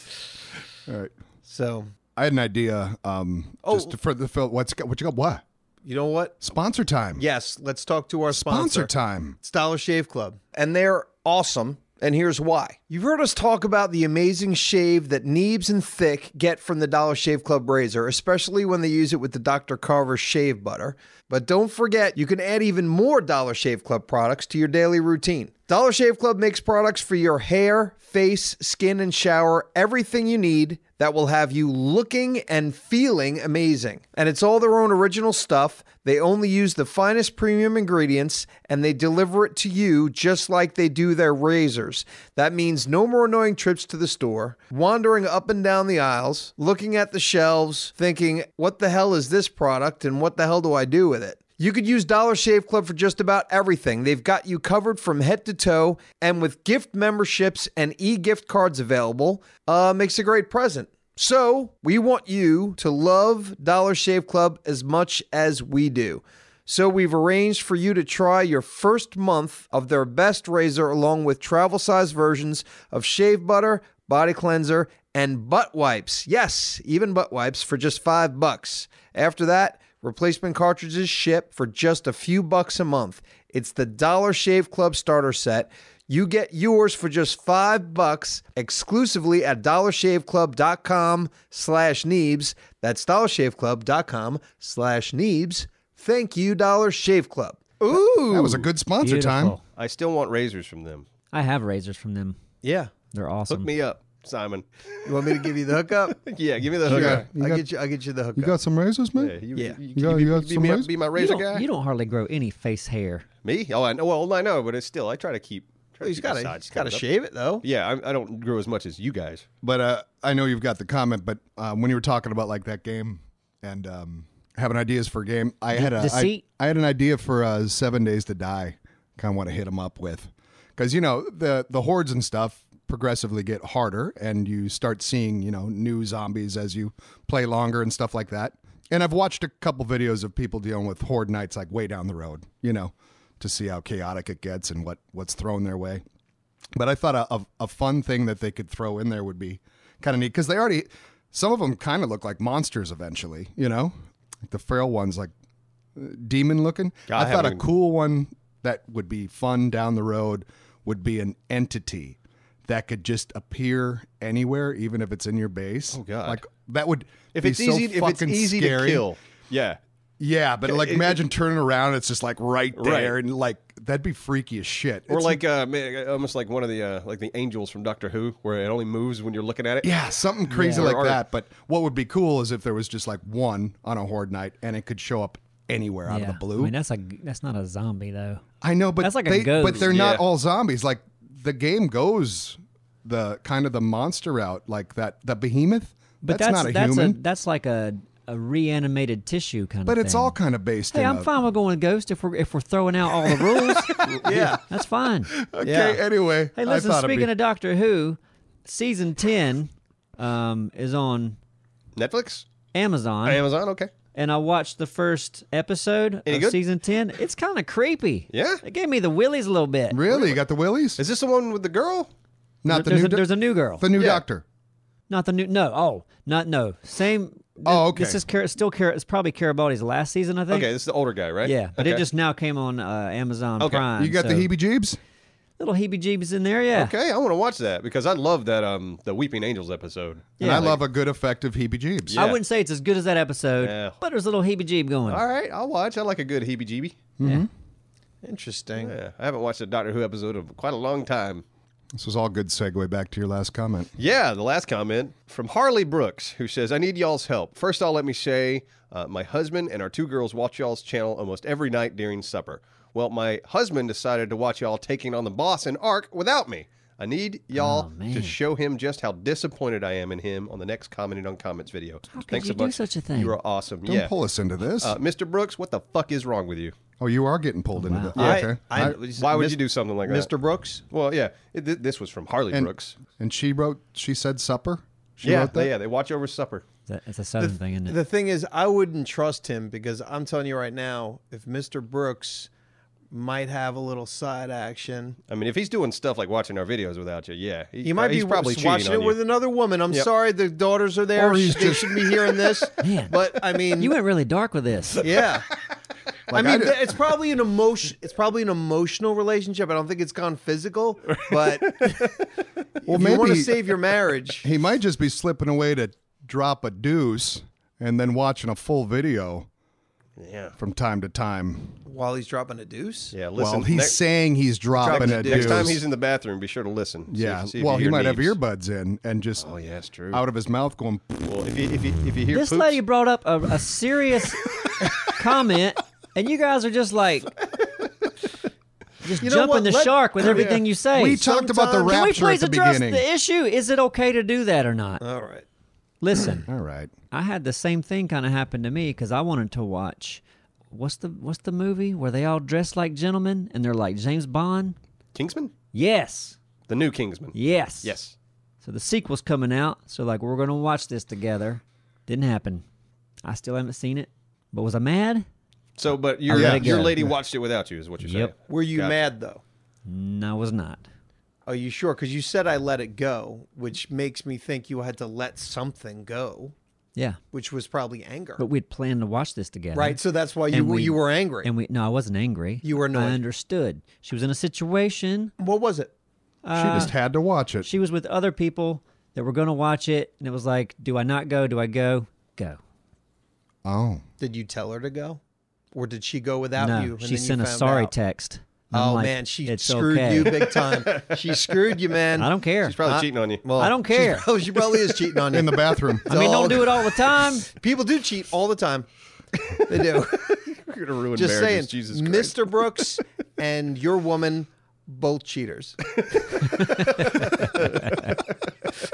Speaker 3: All right.
Speaker 2: So
Speaker 3: I had an idea. Um, just to- for the film. What's got- what you got? What
Speaker 2: you know what?
Speaker 3: sponsor time?
Speaker 2: Yes, let's talk to our
Speaker 3: sponsor,
Speaker 2: sponsor.
Speaker 3: time.
Speaker 2: It's Dollar Shave Club, and they're awesome. And here's why. You've heard us talk about the amazing shave that Neebs and Thick get from the Dollar Shave Club razor, especially when they use it with the Dr. Carver shave butter. But don't forget, you can add even more Dollar Shave Club products to your daily routine. Dollar Shave Club makes products for your hair, face, skin, and shower, everything you need that will have you looking and feeling amazing. And it's all their own original stuff. They only use the finest premium ingredients and they deliver it to you just like they do their razors. That means no more annoying trips to the store, wandering up and down the aisles, looking at the shelves, thinking, what the hell is this product and what the hell do I do with it? You could use Dollar Shave Club for just about everything. They've got you covered from head to toe, and with gift memberships and e gift cards available, uh, makes a great present. So, we want you to love Dollar Shave Club as much as we do. So, we've arranged for you to try your first month of their best razor along with travel size versions of shave butter, body cleanser, and butt wipes. Yes, even butt wipes for just five bucks. After that, Replacement cartridges ship for just a few bucks a month. It's the Dollar Shave Club starter set. You get yours for just five bucks exclusively at dollarshaveclub.com slash Neebs. That's dollarshaveclub.com slash Neebs. Thank you, Dollar Shave Club. Ooh.
Speaker 3: That was a good sponsor
Speaker 1: Beautiful.
Speaker 3: time.
Speaker 4: I still want razors from them.
Speaker 1: I have razors from them.
Speaker 2: Yeah.
Speaker 1: They're
Speaker 4: Hook
Speaker 1: awesome.
Speaker 4: me up, Simon.
Speaker 2: You want me to give you the hookup?
Speaker 4: Yeah, give me the
Speaker 3: Yeah.
Speaker 4: hooker.
Speaker 3: You
Speaker 2: I'll
Speaker 3: got-
Speaker 2: get you I'll get you the hookup.
Speaker 3: You got some razors, man?
Speaker 4: Yeah, you,
Speaker 2: Yeah.
Speaker 4: you,
Speaker 3: got-
Speaker 4: be,
Speaker 3: you got
Speaker 4: be
Speaker 3: some
Speaker 4: my,
Speaker 3: razors?
Speaker 4: be my
Speaker 1: You
Speaker 4: razor
Speaker 1: don't,
Speaker 4: guy.
Speaker 1: you don't hardly grow any face hair.
Speaker 4: Me? Oh, I know. Well, I know, but it's still I try to keep. Try to
Speaker 2: he's
Speaker 4: keep
Speaker 2: gotta
Speaker 4: my sides
Speaker 2: he's gotta
Speaker 4: covered up.
Speaker 2: shave it though.
Speaker 4: Yeah, I, I don't grow as much as you guys.
Speaker 3: But uh, I know you've got the comment. But uh, when you were talking about like that game and um, having ideas for a game, I had a I,
Speaker 1: Deceit?
Speaker 3: I had an idea for uh, Seven Days to Die. Kind of want to hit them up with because you know the the hordes and stuff progressively get harder, and you start seeing you know new zombies as you play longer and stuff like that. And I've watched a couple videos of people dealing with horde nights like way down the road, you know, to see how chaotic it gets and what what's thrown their way. But I thought a, a, a fun thing that they could throw in there would be kind of neat because they already, some of them kind of look like monsters eventually, you know? Like the feral ones, like uh, demon looking.
Speaker 4: Yeah, I
Speaker 3: I, thought a
Speaker 4: haven't-
Speaker 3: cool one that would be fun down the road would be an entity that could just appear anywhere, even if it's in your base. Oh
Speaker 4: God.
Speaker 3: Like that would
Speaker 4: If
Speaker 3: be
Speaker 4: it's
Speaker 3: so
Speaker 4: easy, if it's
Speaker 3: fucking
Speaker 4: easy
Speaker 3: scary.
Speaker 4: to kill, yeah,
Speaker 3: Yeah, but like
Speaker 4: it-
Speaker 3: imagine turning around, it's just like right
Speaker 4: Right.
Speaker 3: there, and like that'd be freaky as shit.
Speaker 4: or
Speaker 3: It's-
Speaker 4: like uh, ma- almost like one of the uh, like the angels from Doctor Who, where it only moves when you're looking at it.
Speaker 3: yeah, something crazy
Speaker 4: Or-
Speaker 3: like
Speaker 4: or-
Speaker 3: that. But what would be cool is if there was just like one on a horde night, and it could show up anywhere out
Speaker 1: yeah.
Speaker 3: of the blue.
Speaker 1: I mean, that's like that's not a zombie though.
Speaker 3: I know, but
Speaker 1: That's like a
Speaker 3: they, but
Speaker 1: ghost.
Speaker 3: they're not
Speaker 4: Yeah.
Speaker 3: all zombies. Like the game goes the kind of the monster route, like that the behemoth.
Speaker 1: But
Speaker 3: that's,
Speaker 1: that's
Speaker 3: not a
Speaker 1: that's
Speaker 3: human.
Speaker 1: that's like a, a reanimated tissue kind of.
Speaker 3: but it's
Speaker 1: thing.
Speaker 3: all kind of based.
Speaker 1: Hey,
Speaker 3: in
Speaker 1: I'm
Speaker 3: a-
Speaker 1: fine with going ghost if we're if we're throwing out all the rules.
Speaker 3: Yeah.
Speaker 1: that's fine.
Speaker 3: Okay.
Speaker 2: Yeah.
Speaker 3: Anyway,
Speaker 1: Hey,
Speaker 3: I
Speaker 1: listen.
Speaker 3: thought
Speaker 1: Speaking
Speaker 3: it'd be,
Speaker 1: of Doctor Who, season ten um, is on
Speaker 4: Netflix,
Speaker 1: Amazon,
Speaker 4: Amazon, okay.
Speaker 1: and I watched the first episode
Speaker 4: Any
Speaker 1: of
Speaker 4: good?
Speaker 1: season ten. It's kind of creepy.
Speaker 4: Yeah?
Speaker 1: it gave me the willies a little bit.
Speaker 3: really, you got the willies?
Speaker 4: Is this the one with the girl?
Speaker 3: not the
Speaker 1: There's,
Speaker 3: new.
Speaker 1: a, there's a new girl.
Speaker 3: the new
Speaker 4: Yeah.
Speaker 3: doctor.
Speaker 1: Not the new. No. Oh, not no. Same.
Speaker 3: Oh, okay.
Speaker 1: This is Car- still Car- It's probably Caribaldi's last season, I think.
Speaker 4: Okay, this is the older guy, right?
Speaker 1: Yeah, but it
Speaker 4: Okay.
Speaker 1: just now came on uh, Amazon
Speaker 4: Okay.
Speaker 1: Prime.
Speaker 3: You got the
Speaker 1: so-
Speaker 3: heebie-jeebs.
Speaker 1: little heebie-jeebies in there. Yeah.
Speaker 4: Okay, I want to watch that because I love that um the Weeping Angels episode.
Speaker 3: And I love a good effective heebie-jeebs.
Speaker 1: I
Speaker 4: Yeah.
Speaker 1: wouldn't say it's as good as that episode,
Speaker 4: Yeah.
Speaker 1: but there's a little heebie-jeeb going.
Speaker 4: All right, I'll watch. I like a good heebie-jeebie.
Speaker 2: Interesting.
Speaker 4: Yeah, I haven't watched a Doctor Who episode of quite a long time.
Speaker 3: This was all good segue back to your last comment.
Speaker 4: Yeah, the last comment from Harley Brooks, who says, I need y'all's help. First, I'll let me say, uh, my husband and our two girls watch y'all's channel almost every night during supper. Well, my husband decided to watch y'all taking on the boss in ARC without me. I need y'all
Speaker 1: Oh, man.
Speaker 4: to show him just how disappointed I am in him on the next commenting on comments video.
Speaker 1: could you do such a thing?
Speaker 4: You are awesome.
Speaker 3: Don't
Speaker 4: yeah.
Speaker 3: pull us into this.
Speaker 4: uh, Mr. Brooks, what the fuck is wrong with you?
Speaker 3: oh, you are getting pulled into this.
Speaker 2: I-
Speaker 3: okay.
Speaker 2: I-
Speaker 3: I-
Speaker 4: Why would you do something like that?
Speaker 2: Mr. Brooks?
Speaker 4: Well, yeah, it, th- this was from Harley
Speaker 3: and,
Speaker 4: Brooks.
Speaker 3: and she wrote. She said supper. She
Speaker 4: Yeah,
Speaker 3: wrote that.
Speaker 4: they- yeah, they watch over supper.
Speaker 1: That- That's a southern thing, isn't it?
Speaker 2: The thing is, I wouldn't trust him because I'm telling you right now, if Mr. Brooks might have a little side action,
Speaker 4: I mean, if he's doing stuff like watching our videos without you, yeah,
Speaker 2: he might
Speaker 4: he's
Speaker 2: be
Speaker 4: probably
Speaker 2: probably
Speaker 4: cheating
Speaker 2: watching
Speaker 4: on
Speaker 2: it
Speaker 4: you.
Speaker 2: with another woman. I'm sorry, the daughters are there.
Speaker 3: Or he's
Speaker 2: they
Speaker 3: just-
Speaker 2: shouldn't be hearing this.
Speaker 1: Man.
Speaker 2: But I mean,
Speaker 1: you went really dark with this.
Speaker 2: yeah. I
Speaker 3: I
Speaker 2: mean,
Speaker 3: did-
Speaker 2: th- it's probably an emotion. It's probably an emotional relationship. I don't think it's gone physical, but
Speaker 3: well,
Speaker 2: if you want to
Speaker 3: maybe-
Speaker 2: save your marriage.
Speaker 3: He might just be slipping away to drop a deuce and then watching a full video
Speaker 4: yeah,
Speaker 3: from time to time.
Speaker 2: While he's dropping a deuce,
Speaker 4: yeah. Listen,
Speaker 3: well, he's
Speaker 4: ne-
Speaker 3: saying he's dropping
Speaker 2: Dropping
Speaker 3: a
Speaker 2: a
Speaker 3: deuce.
Speaker 4: next time he's in the bathroom, be sure to listen. See-
Speaker 3: yeah.
Speaker 4: see if
Speaker 3: well,
Speaker 4: you
Speaker 3: he
Speaker 4: hear
Speaker 3: might
Speaker 4: needs.
Speaker 3: have earbuds in and just
Speaker 4: Oh yeah, that's true.
Speaker 3: out of his mouth going. "Pfft."
Speaker 4: well, if you if you, if you hear
Speaker 1: This
Speaker 4: poops-
Speaker 1: lady brought up a, a serious comment, and you guys are just like just
Speaker 2: You know
Speaker 1: jumping
Speaker 2: what?
Speaker 1: the
Speaker 2: Let-
Speaker 1: shark with everything you say.
Speaker 3: We talked about the
Speaker 2: Sometimes-
Speaker 1: Can we
Speaker 3: rapture at
Speaker 1: please
Speaker 3: the
Speaker 1: address
Speaker 3: beginning.
Speaker 1: the issue? Is it okay to do that or not?
Speaker 2: All right.
Speaker 1: Listen,
Speaker 3: All right.
Speaker 1: I had the same thing kind of happen to me because I wanted to watch. What's the What's the movie where they all dress like gentlemen and they're like James Bond?
Speaker 4: Kingsman,
Speaker 1: Yes,
Speaker 4: the new Kingsman.
Speaker 1: yes,
Speaker 4: Yes.
Speaker 1: So the sequel's coming out. So like we're gonna watch this together. Didn't happen. I still haven't seen it. But was I mad?
Speaker 4: So, but your
Speaker 1: let it
Speaker 4: your
Speaker 1: go.
Speaker 4: lady watched it without you, is what you're saying.
Speaker 1: Yep.
Speaker 2: Were you
Speaker 4: Gotcha.
Speaker 2: mad though?
Speaker 1: No, I was not.
Speaker 2: Are you sure? Because you said I let it go, which makes me think you had to let something go,
Speaker 1: Yeah,
Speaker 2: which was probably anger,
Speaker 1: but we'd planned to watch this together.
Speaker 2: right? So that's why you
Speaker 1: And
Speaker 2: were
Speaker 1: we-
Speaker 2: you were angry.
Speaker 1: And we no, I wasn't angry.
Speaker 2: You were
Speaker 1: I
Speaker 2: annoyed.
Speaker 1: understood. She was in a situation.
Speaker 2: what was it?
Speaker 3: she just had to watch it.
Speaker 1: Uh, She was with other people that were gonna watch it, and it was like, do I not go? Do I go? Go.
Speaker 3: oh.
Speaker 2: Did you tell her to go, or did she go without
Speaker 1: no,
Speaker 2: you? and
Speaker 1: she
Speaker 2: then you
Speaker 1: sent a
Speaker 2: found
Speaker 1: sorry
Speaker 2: out?
Speaker 1: text. And I'm
Speaker 2: Oh
Speaker 1: like,
Speaker 2: man, she
Speaker 1: "It's
Speaker 2: screwed
Speaker 1: okay."
Speaker 2: you big time. She screwed you, man.
Speaker 1: I don't care.
Speaker 4: She's probably cheating on you.
Speaker 2: Well,
Speaker 1: I don't
Speaker 2: she's
Speaker 1: care.
Speaker 2: probably- she probably is cheating on you.
Speaker 3: In the bathroom.
Speaker 1: I mean, don't
Speaker 2: dog.
Speaker 1: do it all the time.
Speaker 2: People do cheat all the time. They do.
Speaker 4: You're gonna ruin
Speaker 2: Just saying,
Speaker 4: marriages, Jesus Christ.
Speaker 2: Mr. Brooks and your woman, both cheaters.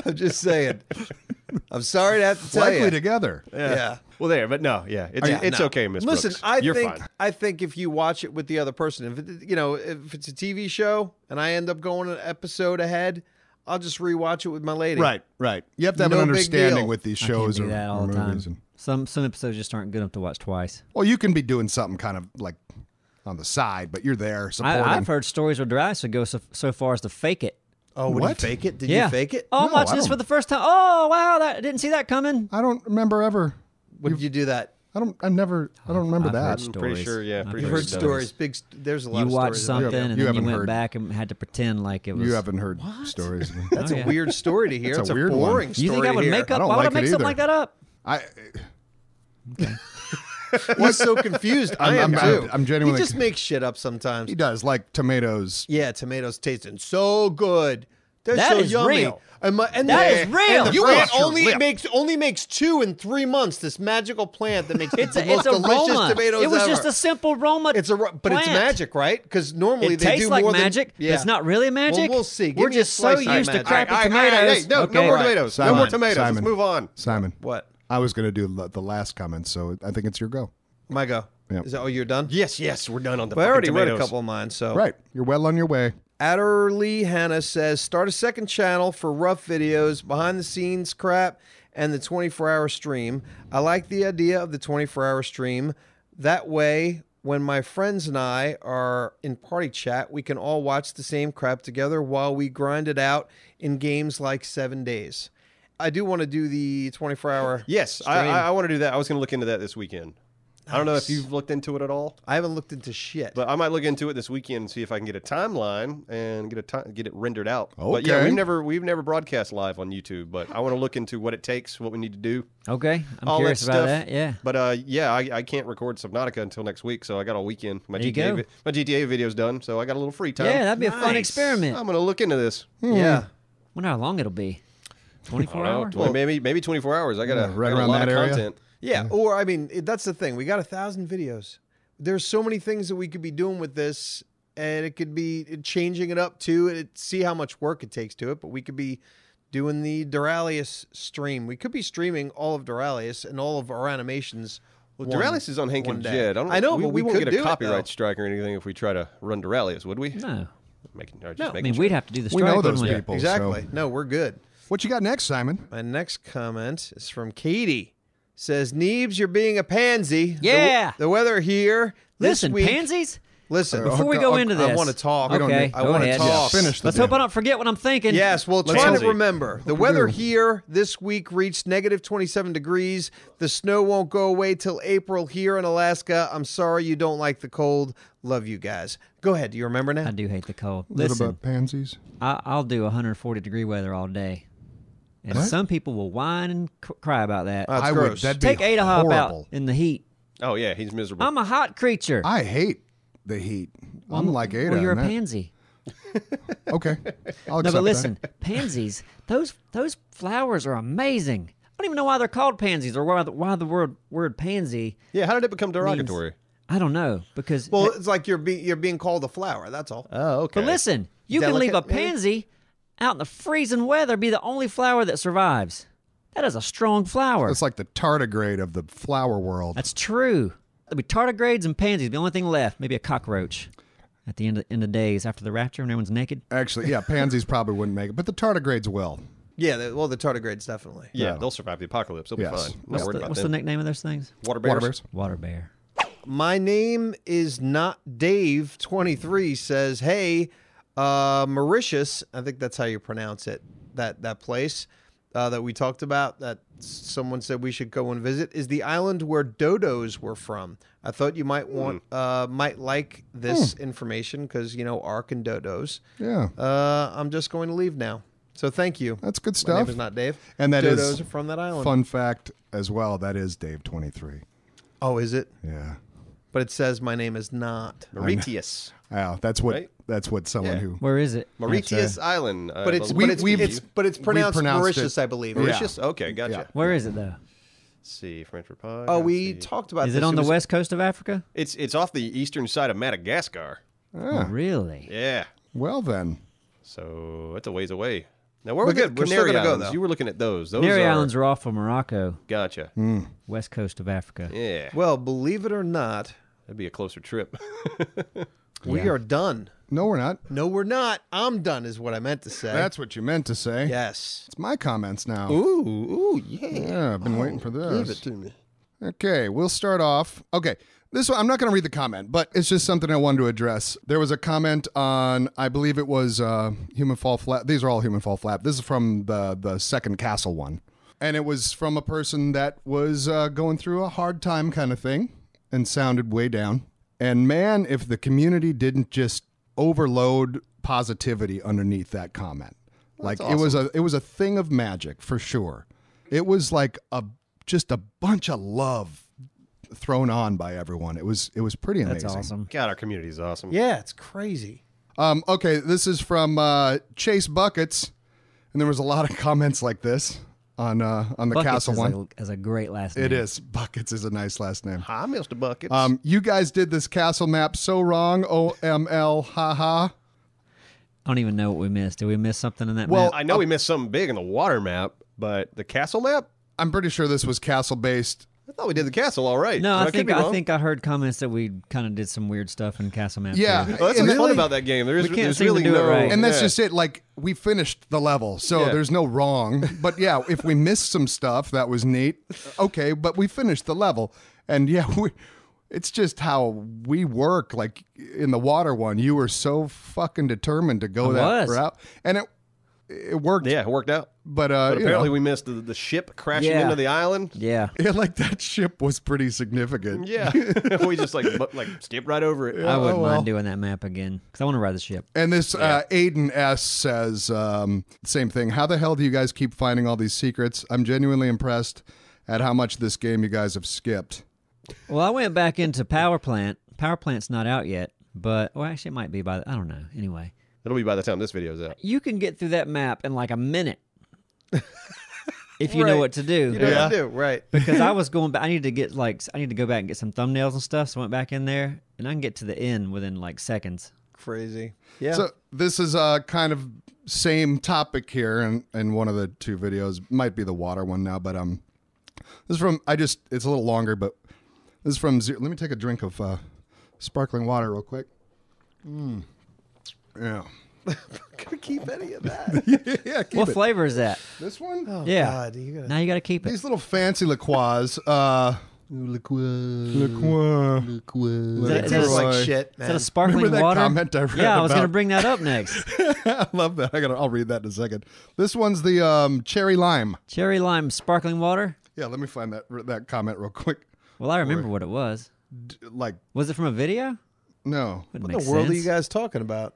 Speaker 2: I'm just saying. I'm sorry to have to tell
Speaker 3: Likely
Speaker 2: you.
Speaker 3: together.
Speaker 2: yeah.
Speaker 4: Well, there, but no, yeah, it's,
Speaker 2: Oh, Yeah,
Speaker 4: it's
Speaker 2: no.
Speaker 4: okay, Miss.
Speaker 2: Listen,
Speaker 4: Brooks.
Speaker 2: I
Speaker 4: you're
Speaker 2: think
Speaker 4: fine.
Speaker 2: I think if you watch it with the other person, if it, you know, if it's a TV show and I end up going an episode ahead, I'll just rewatch it with my lady.
Speaker 3: Right. Right. You have to have
Speaker 2: No
Speaker 3: an
Speaker 2: big
Speaker 3: understanding
Speaker 2: deal.
Speaker 3: with these
Speaker 1: I can't
Speaker 3: shows
Speaker 1: do
Speaker 3: or,
Speaker 1: that
Speaker 3: or
Speaker 1: all the
Speaker 3: movies.
Speaker 1: time.
Speaker 3: And,
Speaker 1: Some some episodes just aren't good enough to watch twice.
Speaker 3: well, you can be doing something kind of like on the side, but you're there supporting.
Speaker 1: I, I've heard stories where Darius would go so, so far as to fake it.
Speaker 2: Oh, would
Speaker 3: What?
Speaker 2: you fake it? Did
Speaker 1: yeah,
Speaker 2: you fake it?
Speaker 1: Oh, I'm
Speaker 3: No,
Speaker 1: watching
Speaker 3: I
Speaker 1: this for
Speaker 3: don't-
Speaker 1: the first time. Oh, wow, that I didn't see that coming.
Speaker 3: I don't remember ever
Speaker 2: Would you do that?
Speaker 3: I don't. I've never. I don't remember
Speaker 1: I've heard
Speaker 3: that.
Speaker 1: stories.
Speaker 4: Pretty sure, yeah.
Speaker 1: I've
Speaker 4: Pretty
Speaker 2: You've
Speaker 4: sure
Speaker 2: heard
Speaker 4: he does.
Speaker 2: stories. Big. St- there's a lot.
Speaker 1: You
Speaker 2: of
Speaker 1: watched
Speaker 2: stories about
Speaker 1: something
Speaker 3: that.
Speaker 1: and
Speaker 3: You
Speaker 1: then you
Speaker 3: haven't
Speaker 1: went
Speaker 3: heard.
Speaker 1: back and had to pretend like it was.
Speaker 3: You haven't heard stories.
Speaker 2: that. That's
Speaker 1: Oh,
Speaker 2: a
Speaker 1: yeah.
Speaker 2: weird story to hear.
Speaker 3: That's
Speaker 2: It's
Speaker 3: a
Speaker 2: a,
Speaker 3: weird one.
Speaker 2: boring story.
Speaker 1: You think I
Speaker 2: to
Speaker 1: would
Speaker 2: hear.
Speaker 1: make
Speaker 3: I
Speaker 1: up?
Speaker 3: don't
Speaker 1: Why would I
Speaker 3: like it
Speaker 1: make something like
Speaker 3: either.
Speaker 1: that up?
Speaker 3: I.
Speaker 2: What's so confused? I am
Speaker 3: I'm- I'm-
Speaker 2: too.
Speaker 3: I'm genuinely-
Speaker 2: He just makes shit up sometimes.
Speaker 3: He does like tomatoes.
Speaker 2: Yeah, tomatoes tasting so good. They're
Speaker 1: That
Speaker 2: so
Speaker 1: is
Speaker 2: yummy.
Speaker 1: real.
Speaker 2: And my, and
Speaker 1: That
Speaker 2: the-
Speaker 1: is real.
Speaker 2: And the
Speaker 1: You
Speaker 2: plant
Speaker 3: lost your
Speaker 2: only
Speaker 3: lip.
Speaker 2: makes only makes two in three months. This magical plant that makes
Speaker 1: It's
Speaker 2: the
Speaker 1: a,
Speaker 2: most
Speaker 1: it's a
Speaker 2: delicious
Speaker 1: Roma.
Speaker 2: tomatoes
Speaker 1: It was
Speaker 2: ever.
Speaker 1: just a simple Roma.
Speaker 2: It's a ro- but it's
Speaker 1: plant.
Speaker 2: magic, right? Because normally
Speaker 1: It
Speaker 2: they
Speaker 1: tastes
Speaker 2: do
Speaker 1: like
Speaker 2: more than-
Speaker 1: magic. but
Speaker 2: Yeah.
Speaker 1: It's not really magic.
Speaker 2: Well, we'll see. Give
Speaker 1: We're
Speaker 2: me a
Speaker 1: just so
Speaker 2: slice of
Speaker 1: used to
Speaker 2: magic.
Speaker 1: crappy
Speaker 4: All right, all right,
Speaker 1: tomatoes.
Speaker 4: all right, hey, no, no
Speaker 1: Okay.
Speaker 4: more tomatoes.
Speaker 3: Simon,
Speaker 4: no more tomatoes.
Speaker 3: Simon.
Speaker 4: Let's move on.
Speaker 3: Simon.
Speaker 2: What?
Speaker 3: I was gonna do the the last comment, so I think it's your go.
Speaker 2: My go.
Speaker 3: Yeah.
Speaker 2: Is that, oh, you're done?
Speaker 4: Yes, yes, we're done on the.
Speaker 2: Well, I
Speaker 4: fucking
Speaker 2: already read a
Speaker 4: tomatoes.
Speaker 2: couple of mine, so
Speaker 3: Right, you're well on your way.
Speaker 2: Adderley Hannah says start a second channel for rough videos, behind the scenes crap, and the 24 hour stream. I like the idea of the 24 hour stream. That way, when my friends and I are in party chat, we can all watch the same crap together while we grind it out in games like Seven Days. I do want to do the 24 hour.
Speaker 4: Yes, I,
Speaker 2: stream.
Speaker 4: I, I want to do that. I was going to look into that this weekend. I don't know if you've looked into it at all,
Speaker 2: I haven't looked into shit.
Speaker 4: but I might look into it this weekend and see if I can get a timeline and get a ti- get it rendered out. But yeah,
Speaker 3: Okay.
Speaker 4: we've never we've never broadcast live on YouTube, but I want to look into what it takes, what we need to do,
Speaker 1: Okay, I'm
Speaker 4: all
Speaker 1: curious
Speaker 4: that
Speaker 1: about
Speaker 4: stuff.
Speaker 1: that. Yeah.
Speaker 4: But uh, yeah, I, I can't record Subnautica until next week, so I got all weekend. My
Speaker 1: There you
Speaker 4: GTA
Speaker 1: go.
Speaker 4: vi- my GTA video's done, so I got a little free time.
Speaker 1: Yeah, that'd be a Hmm. fun
Speaker 2: Nice. Um,
Speaker 1: experiment.
Speaker 4: I'm going to look into this.
Speaker 2: yeah.
Speaker 1: Wonder how long it'll be.
Speaker 4: I don't
Speaker 1: Twenty-four
Speaker 4: know,
Speaker 1: hours.
Speaker 4: 20 Oh, maybe maybe 24 hours. I got
Speaker 3: Yeah,
Speaker 4: to
Speaker 3: right
Speaker 4: right
Speaker 3: around
Speaker 4: a lot
Speaker 3: that
Speaker 4: of
Speaker 3: area.
Speaker 4: content.
Speaker 2: Yeah,
Speaker 4: Mm.
Speaker 2: or I mean, it- that's the thing. We got a thousand videos. There's so many things that we could be doing with this, and it could be changing it up too. And it, see how much work it takes to it, but we could be doing the Duralius stream. We could be streaming all of Duralius and all of our animations.
Speaker 4: Well,
Speaker 2: one-
Speaker 4: Duralius is on Hank
Speaker 2: one
Speaker 4: and
Speaker 2: day.
Speaker 4: Jed. I, don't,
Speaker 2: I know,
Speaker 4: we,
Speaker 2: but we,
Speaker 4: won't
Speaker 2: could
Speaker 4: get
Speaker 2: do
Speaker 4: a
Speaker 2: it,
Speaker 4: copyright
Speaker 2: though.
Speaker 4: strike or anything if we try to run Duralius, would we?
Speaker 1: No,
Speaker 4: Making, no, just
Speaker 1: I
Speaker 4: making
Speaker 1: mean
Speaker 4: sure.
Speaker 1: we'd have to do the
Speaker 3: We
Speaker 1: strike.
Speaker 3: know
Speaker 1: wouldn't
Speaker 3: those
Speaker 1: we?
Speaker 3: people. so-
Speaker 2: Exactly. No, we're good.
Speaker 3: What you got next, Simon?
Speaker 2: My next comment is from Katie. Says Neebs, you're being a pansy. The w-
Speaker 1: Yeah.
Speaker 2: The, weather here. this
Speaker 1: Listen,
Speaker 2: week-
Speaker 1: pansies.
Speaker 2: Listen.
Speaker 1: Before we
Speaker 3: okay,
Speaker 1: go
Speaker 3: okay,
Speaker 1: into
Speaker 2: I
Speaker 1: this,
Speaker 2: wanna talk. We don't
Speaker 1: Okay,
Speaker 2: need- I
Speaker 1: go
Speaker 2: wanna
Speaker 1: ahead.
Speaker 2: talk.
Speaker 3: Finish the
Speaker 1: Let's
Speaker 3: deal.
Speaker 1: hope I don't forget what I'm thinking.
Speaker 2: Yes, well,
Speaker 4: Let's
Speaker 2: try
Speaker 4: hope-
Speaker 2: to remember. The weather
Speaker 3: do.
Speaker 2: here this week reached negative 27 degrees. The snow won't go away till April here in Alaska. I'm sorry you don't like the cold. Love you guys. Go ahead. Do you remember
Speaker 1: I
Speaker 2: now?
Speaker 1: do hate the cold.
Speaker 3: Little
Speaker 1: Listen,
Speaker 3: about pansies.
Speaker 1: I, I'll do 140 degree weather all day, and some people will whine and c- cry about that.
Speaker 2: That's
Speaker 3: I would.
Speaker 2: gross.
Speaker 3: That'd be
Speaker 1: Take Adahab
Speaker 3: horrible.
Speaker 1: out in the heat.
Speaker 4: Oh yeah, he's miserable.
Speaker 1: I'm a hot creature.
Speaker 3: I hate the heat. I'm like Ada.
Speaker 1: well, you're a
Speaker 3: on that.
Speaker 1: pansy.
Speaker 3: Okay, I'll accept
Speaker 1: No,
Speaker 3: that.
Speaker 1: but listen, pansies. Those those flowers are amazing. I don't even know why they're called pansies or why the, why the word word pansy.
Speaker 4: yeah, how did it become derogatory?
Speaker 1: I don't know because.
Speaker 2: Well, it's like you're being you're being called a flower. That's all.
Speaker 4: Oh, okay.
Speaker 1: but listen, you can leave a
Speaker 2: Delicate, maybe?
Speaker 1: pansy out in the freezing weather, be the only flower that survives. That is a strong flower.
Speaker 3: It's like the tardigrade of the flower world.
Speaker 1: That's true. There'll be tardigrades and pansies. The only thing left, maybe a cockroach, at the end of, end of days after the rapture and everyone's naked.
Speaker 3: Actually, yeah, pansies probably wouldn't make it, but the tardigrades will.
Speaker 2: Yeah, the, well, the tardigrades definitely.
Speaker 4: yeah, they'll survive the apocalypse. They'll
Speaker 3: Yes.
Speaker 4: be fine. Not
Speaker 1: What's,
Speaker 4: worried
Speaker 1: the,
Speaker 4: about
Speaker 1: what's the
Speaker 4: them.
Speaker 1: nickname of those things?
Speaker 4: Water bears.
Speaker 3: Water bears.
Speaker 1: Water bear.
Speaker 2: My name is not Dave. Twenty three says, "Hey, uh, Mauritius. I think that's how you pronounce it. That that place uh, that we talked about. That someone said we should go and visit is the island where dodos were from. I thought you might want uh, might like this
Speaker 3: Hmm.
Speaker 2: information because you know Ark and dodos.
Speaker 3: Yeah,
Speaker 2: Uh, I'm just going to leave now. So thank you.
Speaker 3: that's good
Speaker 2: My
Speaker 3: stuff.
Speaker 2: name is not Dave.
Speaker 3: And that is
Speaker 2: dodos are from that island.
Speaker 3: Fun fact as well. That is Dave twenty three.
Speaker 2: Oh, is it?
Speaker 3: Yeah.
Speaker 2: But it says my name is not.
Speaker 4: Mauritius.
Speaker 3: Oh, that's what.
Speaker 4: Right?
Speaker 3: That's what someone
Speaker 4: Yeah.
Speaker 3: who.
Speaker 1: Where is it? uh,
Speaker 4: Mauritius Island. Uh, I
Speaker 2: But it's
Speaker 4: believe.
Speaker 2: but it's,
Speaker 3: we've-
Speaker 2: it's but it's
Speaker 3: we
Speaker 2: pronounced
Speaker 3: pronounced it-
Speaker 2: Mauritius, Oh, I believe.
Speaker 3: Yeah.
Speaker 4: Mauritius. Okay, gotcha.
Speaker 3: Yeah.
Speaker 1: Where is it though?
Speaker 4: Let's see French Republic.
Speaker 2: Oh,
Speaker 4: let's
Speaker 2: we
Speaker 4: see.
Speaker 2: talked about
Speaker 1: Is
Speaker 2: this.
Speaker 1: it on the
Speaker 2: was-
Speaker 1: west coast of Africa?
Speaker 4: It's it's off the eastern side of Madagascar.
Speaker 1: Oh, really?
Speaker 4: Yeah.
Speaker 3: Well then,
Speaker 4: So that's a ways away. Now where we're
Speaker 2: Look at-
Speaker 4: good.
Speaker 2: we're
Speaker 4: Canary
Speaker 2: still gonna go,
Speaker 4: Islands.
Speaker 2: though.
Speaker 4: You were looking at those. Those
Speaker 1: Canary
Speaker 4: are,
Speaker 1: Islands are off of Morocco,
Speaker 4: Gotcha.
Speaker 1: west coast of Africa.
Speaker 4: Yeah.
Speaker 2: Well, believe it or not,
Speaker 4: That'd be a closer trip.
Speaker 2: we are done.
Speaker 3: no, we're not.
Speaker 2: No, we're not. I'm done is what I meant to say.
Speaker 3: That's what you meant to say.
Speaker 2: yes.
Speaker 3: It's my comments now.
Speaker 2: Ooh, ooh, yeah.
Speaker 3: Yeah, I've been waiting for this.
Speaker 2: Give it to me.
Speaker 3: Okay, we'll start off. Okay, this one, I'm not going to read the comment, but it's just something I wanted to address. There was a comment on, I believe it was uh, Human Fall Flap. These are all Human Fall Flap. This is from the the second castle one. and it was from a person that was uh, going through a hard time kind of thing and sounded way down. And man, if the community didn't just overload positivity underneath that comment, like it was a it was a thing of magic for sure. It was like a just a bunch of love thrown on by everyone. It was it was pretty amazing.
Speaker 1: That's awesome.
Speaker 4: God, our community is awesome.
Speaker 2: Yeah, it's crazy.
Speaker 3: Um, okay, this is from uh, Chase Buckets, and there was a lot of comments like this on uh, on the
Speaker 1: Buckets
Speaker 3: Castle
Speaker 1: is
Speaker 3: one.
Speaker 1: A, is a great last name.
Speaker 3: It is. Buckets is a nice last name.
Speaker 4: Hi, Mr. Buckets.
Speaker 3: Um, you guys did this castle map so wrong. OML, haha.
Speaker 1: I don't even know what we missed. Did we miss something in that
Speaker 3: Well,
Speaker 1: map?
Speaker 4: I know we missed something big in the water map, but the castle map?
Speaker 3: I'm pretty sure this was castle based.
Speaker 4: I thought we did the castle all right.
Speaker 1: No,
Speaker 4: But
Speaker 1: I,
Speaker 4: could
Speaker 1: think
Speaker 4: be
Speaker 1: I
Speaker 4: wrong.
Speaker 1: think I heard comments that we kind of did some weird stuff in Castle Map.
Speaker 3: Yeah.
Speaker 1: too.
Speaker 4: Well, that's
Speaker 3: And
Speaker 4: what's fun
Speaker 3: really-
Speaker 4: about that game. There's,
Speaker 1: We can't
Speaker 4: there's
Speaker 1: seem to
Speaker 4: really
Speaker 1: do it
Speaker 4: no,
Speaker 1: right.
Speaker 3: And that's
Speaker 4: Yeah.
Speaker 3: just it. Like, we finished the level, so
Speaker 4: Yeah.
Speaker 3: there's no wrong. But yeah, if we missed some stuff that was neat, okay, but we finished the level. And yeah, we, it's just how we work. Like, in the water one, you were so fucking determined to go
Speaker 1: I
Speaker 3: that
Speaker 1: was.
Speaker 3: route. And it it worked,
Speaker 4: Yeah, it worked out.
Speaker 3: but, uh,
Speaker 4: But
Speaker 3: you know.
Speaker 4: apparently we missed the, the ship crashing
Speaker 1: Yeah.
Speaker 4: into the island.
Speaker 1: Yeah.
Speaker 3: Yeah, like that ship was pretty significant.
Speaker 4: Yeah. we just like bu- like skipped right over it.
Speaker 1: I wouldn't
Speaker 3: oh, well.
Speaker 1: mind doing that map again because I want to ride the ship.
Speaker 3: And this uh, Aiden S says um, same thing. How the hell do you guys keep finding all these secrets? I'm genuinely impressed at how much this game you guys have skipped.
Speaker 1: Well, I went back into Power Plant. Power Plant's not out yet, but well, actually, it might be by the, I don't know. Anyway,
Speaker 4: It'll be by the time this video's out.
Speaker 1: you can get through that map in like a minute if you know what to do.
Speaker 4: Yeah.
Speaker 2: do, right.
Speaker 1: Because I was going back, I need to get like I need to go back and get some thumbnails and stuff. So I went back in there, and I can get to the end within like seconds.
Speaker 2: Crazy. Yeah.
Speaker 3: So this is uh, kind of same topic here, and in one of the two videos might be the water one now, but um, this is from I just it's a little longer, but this is from zero. Let me take a drink of uh, sparkling water real quick. Mm.
Speaker 2: Can we keep any of that?
Speaker 3: Yeah, yeah. Keep
Speaker 1: what
Speaker 3: it.
Speaker 1: flavor is that?
Speaker 3: this one?
Speaker 1: yeah.
Speaker 2: Oh, God, you gotta-
Speaker 1: Now you got to keep it.
Speaker 3: These little fancy liqueurs. Uh, liqueur.
Speaker 1: Is
Speaker 2: It
Speaker 1: that- is that a-
Speaker 2: tastes like
Speaker 3: Leroy.
Speaker 2: shit,
Speaker 1: Is that
Speaker 2: man.
Speaker 1: a sparkling
Speaker 3: Remember that
Speaker 1: water?
Speaker 3: comment I read
Speaker 1: yeah, I was going to
Speaker 3: about-
Speaker 1: bring that up next.
Speaker 3: I love that. I gotta, I'll read that in a second. This one's the um, cherry lime.
Speaker 1: Cherry lime sparkling water.
Speaker 3: Yeah, let me find that that comment real quick.
Speaker 1: Well, I remember what it was.
Speaker 3: D- like,
Speaker 1: Was it from a video?
Speaker 3: no.
Speaker 1: Wouldn't
Speaker 2: what
Speaker 1: make
Speaker 2: in the world are
Speaker 1: sense.
Speaker 2: you guys talking about?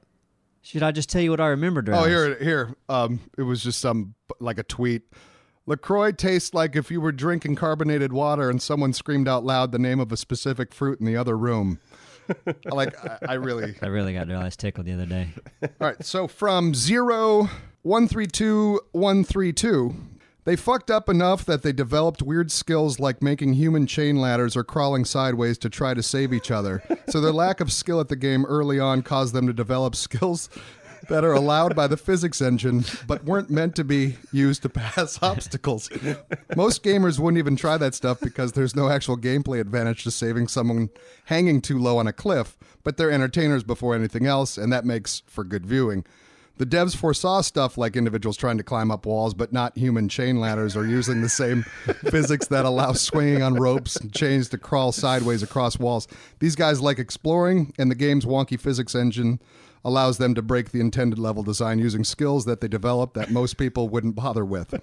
Speaker 1: Should I just tell you what I remember?
Speaker 3: Oh, here, it- here. Um, it was just some like a tweet. Lacroix tastes like if you were drinking carbonated water and someone screamed out loud the name of a specific fruit in the other room. like, I, I really.
Speaker 1: I really got their eyes tickled the other day.
Speaker 3: All right, so from zero one three two one three two, they fucked up enough that they developed weird skills like making human chain ladders or crawling sideways to try to save each other. So their lack of skill at the game early on caused them to develop skills that are allowed by the physics engine but weren't meant to be used to pass obstacles. Most gamers wouldn't even try that stuff because there's no actual gameplay advantage to saving someone hanging too low on a cliff, but they're entertainers before anything else, and that makes for good viewing. The devs foresaw stuff like individuals trying to climb up walls, but not human chain ladders, or using the same physics that allow swinging on ropes and chains to crawl sideways across walls. These guys like exploring, and the game's wonky physics engine allows them to break the intended level design using skills that they develop that most people wouldn't bother with.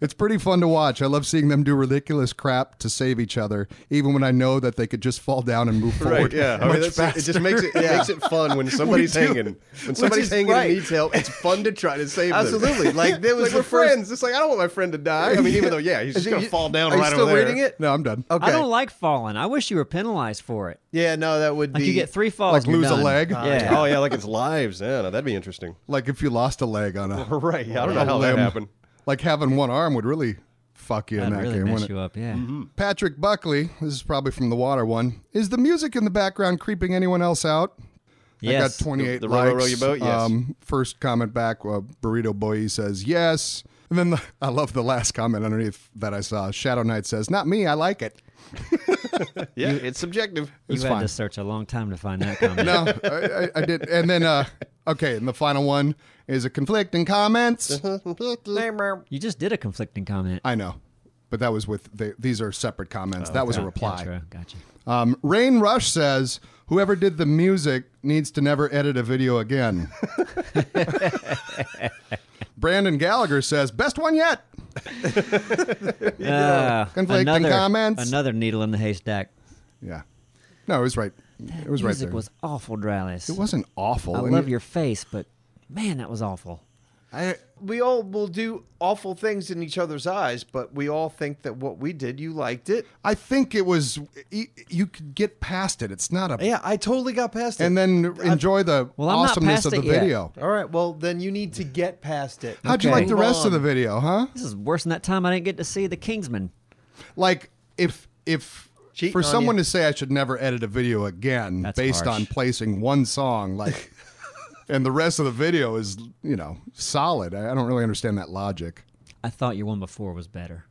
Speaker 3: It's pretty fun to watch. I love seeing them do ridiculous crap to save each other, even when I know that they could just fall down and move forward.
Speaker 4: Right, yeah. I mean,
Speaker 3: much
Speaker 4: that's- it
Speaker 3: faster.
Speaker 4: just makes it, it makes it fun when somebody's hanging. When somebody's
Speaker 2: is
Speaker 4: hanging
Speaker 2: right.
Speaker 4: and needs help, it's fun to try to save them.
Speaker 2: Absolutely. Like, there was
Speaker 4: like
Speaker 2: the
Speaker 4: we're
Speaker 2: first-
Speaker 4: friends. It's like I don't want my friend to die. I mean, even though yeah, he's just
Speaker 2: it-
Speaker 4: gonna
Speaker 2: you-
Speaker 4: fall down
Speaker 2: are you
Speaker 4: right
Speaker 2: still
Speaker 4: over there.
Speaker 2: reading it?
Speaker 3: No, I'm done.
Speaker 2: Okay.
Speaker 1: I don't like falling. I wish you were penalized for it.
Speaker 2: yeah, no, that would
Speaker 1: Like
Speaker 2: be.
Speaker 1: you get three falls,
Speaker 3: Like
Speaker 1: and you're
Speaker 3: lose a
Speaker 1: done.
Speaker 3: leg?
Speaker 1: Yeah.
Speaker 4: Oh yeah, like it's lives. Yeah, no, that'd be interesting.
Speaker 3: Like if you lost a leg on a
Speaker 4: Right. Yeah, I don't know how
Speaker 3: limb.
Speaker 4: that happened.
Speaker 3: Like having one arm would really fuck you in
Speaker 1: That'd
Speaker 3: that
Speaker 1: really
Speaker 3: game,
Speaker 1: mess
Speaker 3: wouldn't it? Mm-hmm.
Speaker 1: you up. Yeah.
Speaker 3: Patrick Buckley, this is probably from the water one. Is the music in the background creeping anyone else out?
Speaker 1: Yes.
Speaker 3: I got 28
Speaker 4: The- the row,
Speaker 3: likes. Um,
Speaker 4: row, row your boat, yes.
Speaker 3: first comment back, uh, Burrito Boy says yes. And then the, I love the last comment underneath that I saw. Shadow Knight says, "Not me. I like it."
Speaker 4: Yeah, it's subjective.
Speaker 1: you
Speaker 3: It's
Speaker 1: had
Speaker 3: fine.
Speaker 1: to search a long time to find that comment.
Speaker 3: No, I, I, I did. And then, uh, okay, and the final one is a conflicting comments.
Speaker 4: Uh-huh.
Speaker 1: You just did a conflicting comment.
Speaker 3: I know, but that was with the, these are separate comments. that was a
Speaker 1: Yeah,
Speaker 3: reply.
Speaker 1: Gotcha. gotcha.
Speaker 3: Um, Rain Rush says, "Whoever did the music needs to never edit a video again." Brandon Gallagher says, "Best one yet."
Speaker 1: Ah,
Speaker 3: Conflicting
Speaker 1: another,
Speaker 3: comments.
Speaker 1: Another needle in the haystack.
Speaker 3: Yeah. No, it was right. It was right
Speaker 1: Music
Speaker 3: there.
Speaker 1: was awful, Dralis.
Speaker 3: it wasn't awful.
Speaker 1: I
Speaker 3: and
Speaker 1: love
Speaker 3: it-
Speaker 1: your face, but man, that was awful.
Speaker 3: I,
Speaker 2: we all will do awful things in each other's eyes, but we all think that what we did, you liked it.
Speaker 3: I think it was. y- You could get past it. It's not a.
Speaker 2: Yeah, I totally got past it.
Speaker 3: And then enjoy the
Speaker 1: Well, I'm not
Speaker 3: awesomeness
Speaker 1: past
Speaker 3: of the
Speaker 1: it yet.
Speaker 3: video.
Speaker 2: all right, well, then you need to get past it.
Speaker 3: How'd you like the
Speaker 2: Move
Speaker 3: rest of
Speaker 2: on.
Speaker 3: the video, huh?
Speaker 1: This is worse than that time I didn't get to see the Kingsman.
Speaker 3: Like if if
Speaker 2: Cheating
Speaker 3: for
Speaker 2: on
Speaker 3: someone
Speaker 2: you.
Speaker 3: to say I should never edit a video again
Speaker 1: That's
Speaker 3: based
Speaker 1: harsh.
Speaker 3: on placing one song, like, and the rest of the video is you know solid. I, I don't really understand that logic.
Speaker 1: I thought your one before was better.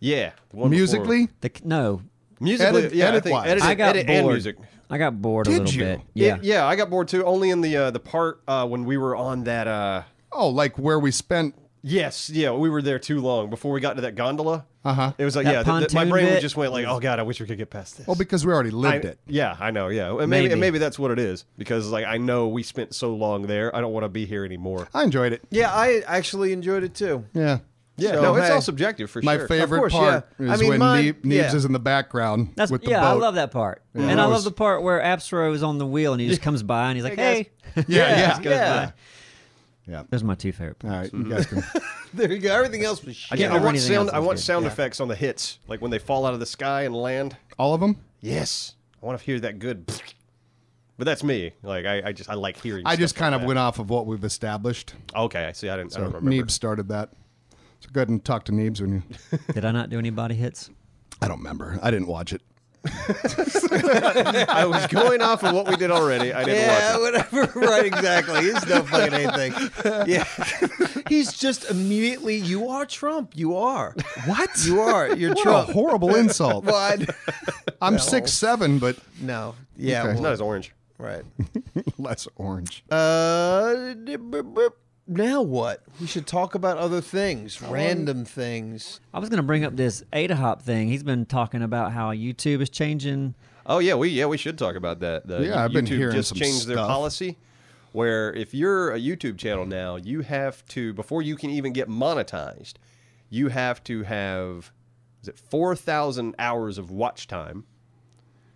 Speaker 4: Yeah. the one before.
Speaker 3: Musically,
Speaker 1: The no,
Speaker 4: Musically,
Speaker 3: Edit-
Speaker 4: yeah, I think
Speaker 3: edit-wise.
Speaker 4: edit,
Speaker 1: I got
Speaker 4: edit
Speaker 1: bored.
Speaker 4: and music.
Speaker 1: I got bored
Speaker 3: Did
Speaker 1: a little
Speaker 3: you?
Speaker 1: bit.
Speaker 4: Yeah.
Speaker 1: Yeah,
Speaker 4: yeah, I got bored too. Only in the uh, the part uh, when we were on that. Uh,
Speaker 3: oh, like where we spent.
Speaker 4: yes, yeah, we were there too long before we got to that gondola. Uh huh. It was like
Speaker 1: Uh-huh. That
Speaker 4: yeah, th- th- my
Speaker 1: pontoon
Speaker 4: brain
Speaker 1: bit?
Speaker 4: just went like, oh god, I wish we could get past this.
Speaker 3: Well, oh, because we already lived
Speaker 4: I-
Speaker 3: it.
Speaker 4: Yeah, I know. Yeah, and maybe,
Speaker 1: Maybe.
Speaker 4: maybe that's what it is because like I know we spent so long there. I don't want to be here anymore.
Speaker 3: I enjoyed it.
Speaker 2: Yeah, I actually enjoyed it too.
Speaker 3: Yeah.
Speaker 4: Yeah,
Speaker 2: So,
Speaker 4: no, it's
Speaker 2: hey.
Speaker 4: all subjective for
Speaker 3: My
Speaker 4: sure.
Speaker 3: favorite
Speaker 2: course,
Speaker 3: part
Speaker 2: yeah.
Speaker 3: is
Speaker 2: I mean,
Speaker 3: when
Speaker 2: mine-
Speaker 3: Ne- Neebs
Speaker 2: yeah.
Speaker 3: is in the background
Speaker 1: That's
Speaker 3: with the
Speaker 1: yeah. I
Speaker 3: boat.
Speaker 1: love that part,
Speaker 3: Yeah,
Speaker 1: and
Speaker 3: that
Speaker 1: I love
Speaker 3: was-
Speaker 1: the part where Absro is on the wheel and he just comes by and he's like,
Speaker 2: Hey,
Speaker 1: "Hey,
Speaker 3: Yeah, yeah,
Speaker 2: Yeah. yeah.
Speaker 1: those are my two favorite."
Speaker 3: All right, you guys can.
Speaker 2: There you go. Everything else was shit.
Speaker 4: Again, I
Speaker 1: remember
Speaker 4: want
Speaker 1: anything
Speaker 4: sound.
Speaker 1: else that
Speaker 4: I
Speaker 1: was
Speaker 4: want
Speaker 1: good.
Speaker 4: sound effects on the hits, like when they fall out of the sky and land.
Speaker 3: All of them?
Speaker 4: Yes, I want to hear that good. But that's me. Like I, I just I like hearing.
Speaker 3: I just
Speaker 4: stuff like
Speaker 3: kind of
Speaker 4: that.
Speaker 3: went off of what we've established.
Speaker 4: Okay, I see. I didn't. I
Speaker 3: So
Speaker 4: don't remember.
Speaker 3: Oh, Neebs started that. So go ahead and talk to Neebs when you.
Speaker 1: Did I not do any body hits?
Speaker 3: I don't remember. I didn't watch it.
Speaker 4: I was going off of what we did already. I didn't
Speaker 2: Yeah,
Speaker 4: watch it.
Speaker 2: whatever. right, exactly. He's no fucking anything. Yeah. He's just immediately, you are Trump. You are.
Speaker 3: What?
Speaker 2: You are. You're
Speaker 3: What a
Speaker 2: Trump.
Speaker 3: horrible insult.
Speaker 2: Well, I-
Speaker 3: I'm six seven, but
Speaker 2: no. Yeah.
Speaker 3: Okay.
Speaker 4: It's
Speaker 2: well,
Speaker 4: not as orange.
Speaker 2: right.
Speaker 3: less orange.
Speaker 2: Uh, d- b- b- now what? We should talk about other things, random things.
Speaker 1: I was going to bring up this Ada Hop thing. He's been talking about how YouTube is changing.
Speaker 4: Oh yeah, we yeah we should talk about that. The
Speaker 3: Yeah, I've
Speaker 4: YouTube
Speaker 3: been hearing
Speaker 4: just
Speaker 3: some
Speaker 4: changed their
Speaker 3: stuff.
Speaker 4: policy where if you're a YouTube channel now, you have to before you can even get monetized, you have to have is it 4,000 hours of watch time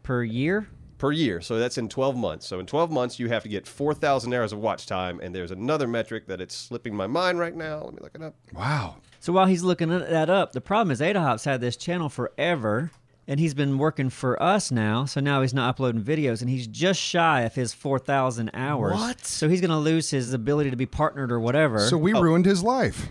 Speaker 1: per year.
Speaker 4: per year. So that's in 12 months. So in 12 months you have to get 4,000 hours of watch time and there's another metric that it's slipping my mind right now. Let me look it up.
Speaker 3: Wow.
Speaker 1: So while he's looking at- that up, the problem is Ada Hop's had this channel forever, and he's been working for us now. So now he's not uploading videos, and he's just shy of his four thousand hours.
Speaker 2: What?
Speaker 1: So he's going to lose his ability to be partnered or whatever.
Speaker 3: So
Speaker 4: Oh.
Speaker 3: we ruined his life.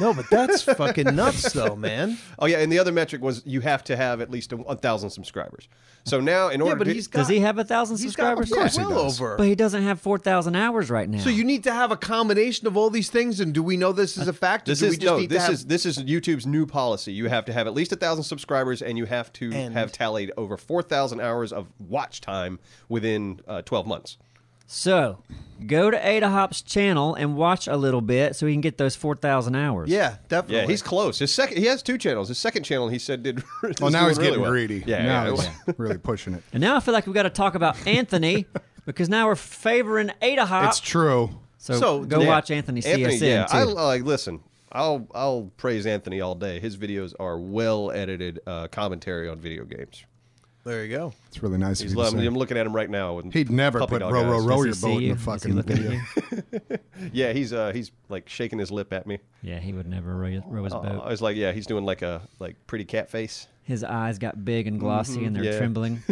Speaker 2: No, but that's fucking nuts, though, man.
Speaker 4: Oh yeah, and the other metric was you have to have at least a 1,000 subscribers. So now in order
Speaker 2: Yeah, but
Speaker 4: to
Speaker 2: he's got.
Speaker 1: does he have a thousand
Speaker 2: He's got
Speaker 1: subscribers?
Speaker 2: yeah,
Speaker 3: course he
Speaker 2: well
Speaker 3: does.
Speaker 2: over.
Speaker 1: But he doesn't have four thousand hours right now.
Speaker 2: So you need to have a combination of all these things, and do we know this is a fact? or
Speaker 4: This
Speaker 2: do
Speaker 4: is
Speaker 2: we just
Speaker 4: no.
Speaker 2: need to
Speaker 4: This
Speaker 2: have-
Speaker 4: is this is YouTube's new policy. You have to have at least a thousand subscribers, and you have to
Speaker 2: And-
Speaker 4: have tallied over four thousand hours of watch time within uh, twelve months.
Speaker 2: Oh,
Speaker 1: So go to Ada Hop's channel and watch a little bit, so he can get those four thousand hours.
Speaker 2: yeah, definitely.
Speaker 4: Yeah, he's close. His second, he has two channels. His second channel, he said, did. is
Speaker 3: Well, Oh, now
Speaker 4: doing
Speaker 3: he's
Speaker 4: really
Speaker 3: getting
Speaker 4: well.
Speaker 3: greedy.
Speaker 4: Yeah,
Speaker 3: now
Speaker 4: yeah.
Speaker 3: he's really pushing it.
Speaker 1: And now I feel like we've got to talk about Anthony because now we're favoring Ada Hop.
Speaker 4: Ah.
Speaker 3: It's true.
Speaker 1: So,
Speaker 2: So,
Speaker 1: go
Speaker 2: yeah.
Speaker 1: watch Anthony CSN
Speaker 4: Anthony, yeah,
Speaker 1: too.
Speaker 4: I like. Listen, I'll I'll praise Anthony all day. His videos are well edited uh, commentary on video games.
Speaker 2: there you go.
Speaker 3: It's really nice. of
Speaker 4: He's
Speaker 3: you to
Speaker 4: loving-
Speaker 3: say.
Speaker 4: I'm looking at him right now. with
Speaker 3: He'd never
Speaker 4: puppy
Speaker 3: put
Speaker 4: dog
Speaker 3: row,
Speaker 4: eyes.
Speaker 3: row, row
Speaker 1: Does he
Speaker 3: your
Speaker 1: see
Speaker 3: boat in
Speaker 1: you?
Speaker 3: the
Speaker 1: Does he
Speaker 3: fucking
Speaker 1: look at
Speaker 3: video.
Speaker 1: you?
Speaker 4: Yeah, he's uh, he's like shaking his lip at me.
Speaker 1: Yeah, he would never row, row his
Speaker 4: Uh, I
Speaker 1: boat.
Speaker 4: was like, yeah, he's doing like a like pretty cat face.
Speaker 1: His eyes got big and glossy,
Speaker 3: Mm-hmm,
Speaker 1: and they're
Speaker 4: yeah.
Speaker 1: trembling.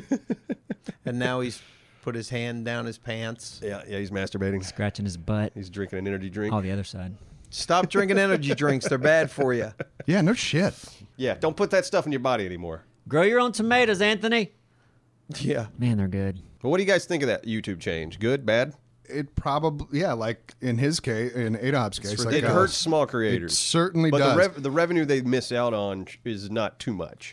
Speaker 2: And now he's put his hand down his pants.
Speaker 4: Yeah, yeah, he's masturbating.
Speaker 1: Scratching his butt.
Speaker 4: He's drinking an energy drink.
Speaker 1: Oh, the other side.
Speaker 2: Stop drinking energy drinks; they're bad for you.
Speaker 3: Yeah, no shit.
Speaker 4: Yeah, don't put that stuff in your body anymore.
Speaker 1: Grow your own tomatoes, Anthony.
Speaker 2: Yeah.
Speaker 1: Man, they're good.
Speaker 4: But what do you guys think of that YouTube change? Good, bad?
Speaker 3: It probably yeah, like in his case, in Adob's case, like,
Speaker 4: it
Speaker 3: uh,
Speaker 4: hurts small creators.
Speaker 3: It certainly
Speaker 4: but
Speaker 3: does.
Speaker 4: the, rev- the revenue they miss out on is not too much.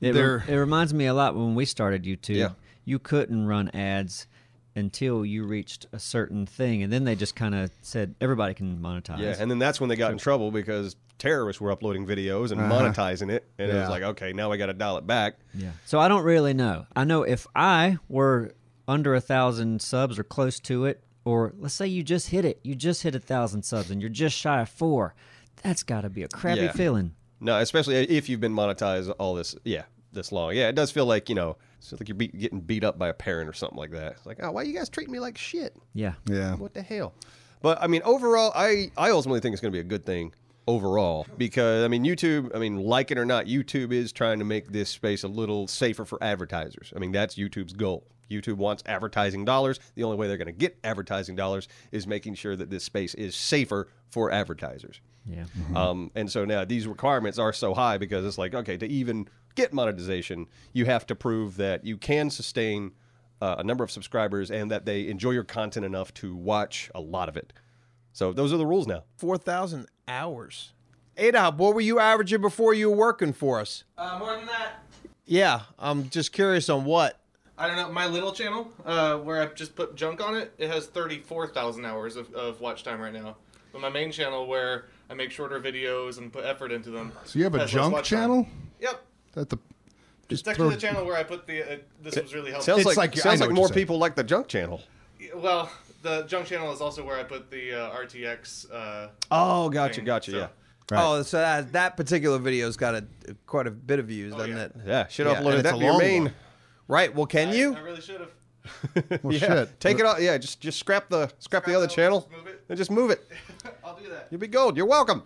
Speaker 1: It,
Speaker 3: They're-
Speaker 1: re- it reminds me a lot when we started YouTube.
Speaker 4: Yeah.
Speaker 1: You couldn't run ads until you reached a certain thing, and then they just kind of said everybody can monetize.
Speaker 4: Yeah, and then that's when they got in trouble because terrorists were uploading videos and monetizing it, and it
Speaker 3: Uh-huh. Yeah.
Speaker 4: was like, okay, now I got to dial it back.
Speaker 1: Yeah. So I don't really know. I know if I were under a thousand subs or close to it, or let's say you just hit it, you just hit a thousand subs and you're just shy of four, that's got to be a crappy
Speaker 4: Yeah.
Speaker 1: feeling.
Speaker 4: No, especially if you've been monetized all this, yeah, this long. Yeah, it does feel like you know, it's like you're be- getting beat up by a parent or something like that. It's like, oh, why you guys treating me like shit?
Speaker 1: Yeah.
Speaker 3: Yeah.
Speaker 4: What the hell? But I mean, overall, I I ultimately think it's going to be a good thing overall because I mean, YouTube. I mean, like it or not, YouTube is trying to make this space a little safer for advertisers. I mean, that's YouTube's goal. YouTube wants advertising dollars. The only way they're going to get advertising dollars is making sure that this space is safer for advertisers.
Speaker 1: Yeah.
Speaker 4: Um, and so now these requirements are so high because it's like, okay, to even get monetization, you have to prove that you can sustain uh, a number of subscribers and that they enjoy your content enough to watch a lot of it. So those are the rules now.
Speaker 2: Four thousand hours. Adop, what were you averaging before you were working for us?
Speaker 6: Uh, more than that,
Speaker 2: Yeah, I'm just curious on what.
Speaker 6: I don't know. My little channel, uh, where I've just put junk on it, it has 34,000 hours of, of watch time right now. But my main channel, where I make shorter videos and put effort into them.
Speaker 3: So you have a
Speaker 6: has less
Speaker 3: junk
Speaker 6: watch time.
Speaker 3: channel?
Speaker 6: Yep.
Speaker 3: That the
Speaker 6: It's
Speaker 3: just
Speaker 6: actually
Speaker 3: throw-
Speaker 6: the channel where I put the. Uh, this was really helpful.
Speaker 4: Sounds
Speaker 3: It's
Speaker 4: like,
Speaker 3: like- I
Speaker 4: sounds
Speaker 3: know
Speaker 4: like
Speaker 3: what
Speaker 4: more
Speaker 3: you're saying.
Speaker 4: people like the junk channel.
Speaker 6: Well, the junk channel is also where I put the uh, RTX. Uh,
Speaker 4: Oh, gotcha,
Speaker 6: Thing,
Speaker 4: gotcha.
Speaker 6: so-
Speaker 4: Yeah,
Speaker 3: Right.
Speaker 2: Oh, so that, that particular video's got a quite a bit of views, doesn't
Speaker 6: yeah.
Speaker 2: it?
Speaker 4: yeah. Should
Speaker 2: Oh, Yeah,
Speaker 4: upload
Speaker 2: and
Speaker 4: it.
Speaker 2: it's
Speaker 4: That
Speaker 2: a
Speaker 4: be your
Speaker 2: long
Speaker 4: main.
Speaker 2: one. Right. Well, can
Speaker 6: I-
Speaker 2: you?
Speaker 6: I really should have.
Speaker 3: Well,
Speaker 4: Yeah.
Speaker 3: shit.
Speaker 4: Take it off. Yeah, just just scrap the scrap, the
Speaker 6: Scrap
Speaker 4: other
Speaker 6: that one,
Speaker 4: channel
Speaker 6: just move it.
Speaker 4: and just move it.
Speaker 6: I'll do that.
Speaker 4: You'll be gold. You're welcome.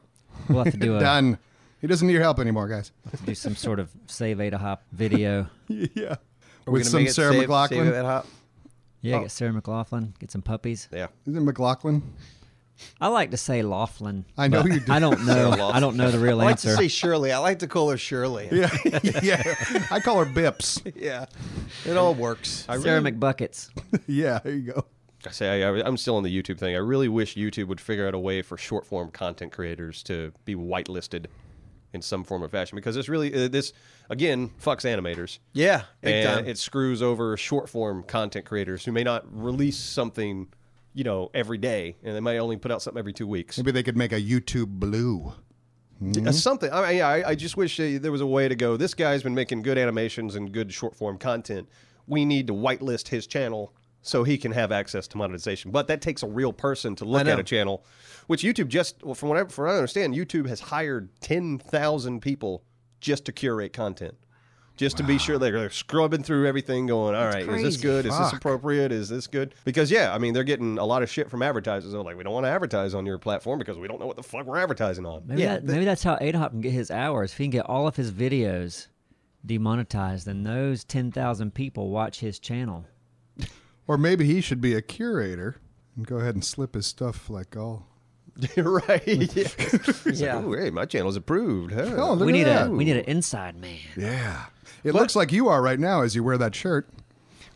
Speaker 1: We'll have to do a,
Speaker 3: Done. He doesn't need your help anymore, guys.
Speaker 1: do some sort of save Ada Hop video.
Speaker 3: yeah.
Speaker 2: We're
Speaker 3: With
Speaker 2: gonna
Speaker 3: some
Speaker 2: make it
Speaker 3: Sarah
Speaker 2: save-
Speaker 3: McLaughlin.
Speaker 2: save it hot.
Speaker 1: Yeah, get Sarah McLaughlin, get some puppies.
Speaker 4: Yeah.
Speaker 3: Is it McLaughlin?
Speaker 1: I like to say Laughlin.
Speaker 3: I know
Speaker 1: but
Speaker 3: you do.
Speaker 1: I don't know. I don't know the real
Speaker 2: I like
Speaker 1: answer.
Speaker 2: to say Shirley. I like to call her Shirley. Yeah.
Speaker 3: yeah. I call her Bips.
Speaker 2: It all works.
Speaker 1: Sarah McBuckets.
Speaker 3: Yeah, there you go.
Speaker 4: I say I, I'm still on the YouTube thing. I really wish YouTube would figure out a way for short form content creators to be whitelisted in some form or fashion because this really uh, this again fucks animators.
Speaker 2: Yeah. Big
Speaker 4: and
Speaker 2: time.
Speaker 4: it screws over short form content creators who may not release something, you know, every day, and they might only put out something every two weeks.
Speaker 3: Maybe they could make a YouTube blue. Mm-hmm.
Speaker 4: Uh, Something. I, mean, yeah, I, I just wish uh, there was a way to go. This guy's been making good animations and good short form content. We need to whitelist his channel so he can have access to monetization. But that takes a real person to look at
Speaker 2: know.
Speaker 4: a channel, which YouTube just, well, from what I, from what I understand, YouTube has hired ten thousand people just to curate content. Just to be sure they're, they're scrubbing through everything, going, all right, is this
Speaker 3: crazy.
Speaker 4: good? Is this
Speaker 3: Fuck.
Speaker 4: appropriate? Is this good? Because, yeah, I mean, they're getting a lot of shit from advertisers. They're like, we don't want to advertise on your platform because we don't know what the fuck we're advertising on.
Speaker 1: Maybe, that, maybe that's how Ada Hop can get his hours. If he can get all of his videos demonetized, then those 10,000 people watch his channel.
Speaker 3: Or maybe he should be a curator and go ahead and slip his stuff like all.
Speaker 4: right. Yeah.
Speaker 2: Yeah.
Speaker 4: Ooh, hey, my channel's approved. Huh?
Speaker 3: Oh, look
Speaker 1: we
Speaker 3: at
Speaker 1: need
Speaker 3: that.
Speaker 1: a we need an inside man.
Speaker 3: Yeah. It looks like you are right now as you wear that shirt.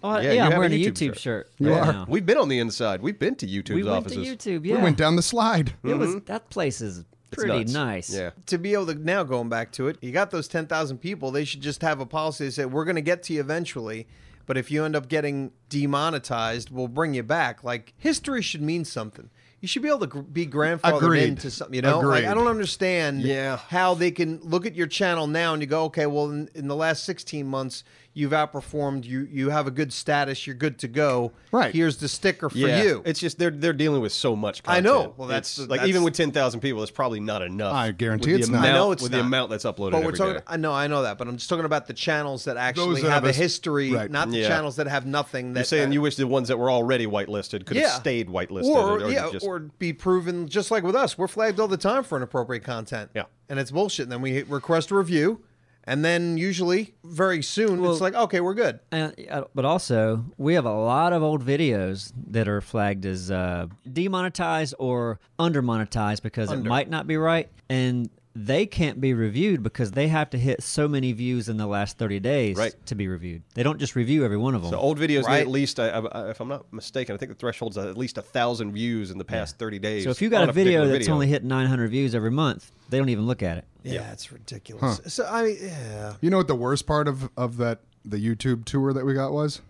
Speaker 1: Oh
Speaker 4: Yeah,
Speaker 1: yeah,
Speaker 4: you have
Speaker 1: I'm
Speaker 4: a
Speaker 1: wearing a
Speaker 4: YouTube
Speaker 1: YouTube,
Speaker 4: shirt.
Speaker 1: shirt.
Speaker 3: You
Speaker 1: right
Speaker 3: are.
Speaker 1: now.
Speaker 4: We've been on the inside. We've been to YouTube's
Speaker 1: We went to
Speaker 4: offices.
Speaker 1: YouTube. Yeah,
Speaker 3: We went down the slide.
Speaker 1: It was that place is
Speaker 4: It's
Speaker 1: pretty
Speaker 4: nuts.
Speaker 1: nice.
Speaker 4: Yeah.
Speaker 2: to be able to now going back to it, you got those ten thousand people. They should just have a policy that say we're going to get to you eventually, but if you end up getting demonetized, we'll bring you back. Like history should mean something. You should be able to gr- be grandfathered
Speaker 3: Agreed.
Speaker 2: into something. You know, like I
Speaker 3: Agreed.
Speaker 2: don't understand
Speaker 4: Yeah.
Speaker 2: how they can look at your channel now and you go, okay, well, in, in the last sixteen months, you've outperformed. You you have a good status. You're good to go.
Speaker 3: Right.
Speaker 2: Here's the sticker for
Speaker 4: Yeah.
Speaker 2: you.
Speaker 4: It's just they're they're dealing with so much.
Speaker 2: I
Speaker 4: Content.
Speaker 2: know. Well, that's-
Speaker 4: It's, like
Speaker 2: that's-
Speaker 4: even with ten thousand people, it's probably not enough.
Speaker 3: I guarantee
Speaker 4: with the
Speaker 3: it's not. I
Speaker 4: amount-
Speaker 2: know it's
Speaker 4: with the
Speaker 2: not.
Speaker 4: amount that's uploaded.
Speaker 2: But we're
Speaker 4: every
Speaker 2: talking.
Speaker 4: day.
Speaker 2: I know, I know that. But I'm just talking about the channels that actually
Speaker 3: Those that
Speaker 2: have
Speaker 3: have
Speaker 2: a
Speaker 3: us-
Speaker 2: history,
Speaker 3: right.
Speaker 2: not the
Speaker 4: Yeah.
Speaker 2: channels that have nothing. That
Speaker 4: You're saying
Speaker 2: that-
Speaker 4: you wish the ones that were already whitelisted could have
Speaker 2: Yeah.
Speaker 4: stayed whitelisted,
Speaker 2: or, yeah,
Speaker 4: just-
Speaker 2: or be proven just like with us. We're flagged all the time for inappropriate content.
Speaker 4: Yeah.
Speaker 2: and it's bullshit. And then we hit request a review, and then usually very soon it's like, okay, we're good.
Speaker 1: And, uh, but also, we have a lot of old videos that are flagged as uh, demonetized or under monetized because it might not be right. And they can't be reviewed because they have to hit so many views in the last 30 days
Speaker 4: Right.
Speaker 1: to be reviewed. They don't just review every one of them.
Speaker 4: the old videos
Speaker 2: Right.
Speaker 4: need at least, I, I, if I'm not mistaken, I think the threshold's at least a thousand views in the past thirty days.
Speaker 1: so if you got
Speaker 4: on
Speaker 1: a video
Speaker 4: particular
Speaker 1: that's only hit 900 views every month, they don't even look at it.
Speaker 2: Yeah, it's ridiculous. So I mean, yeah,
Speaker 3: You know what the worst part of, of that the YouTube tour that we got was?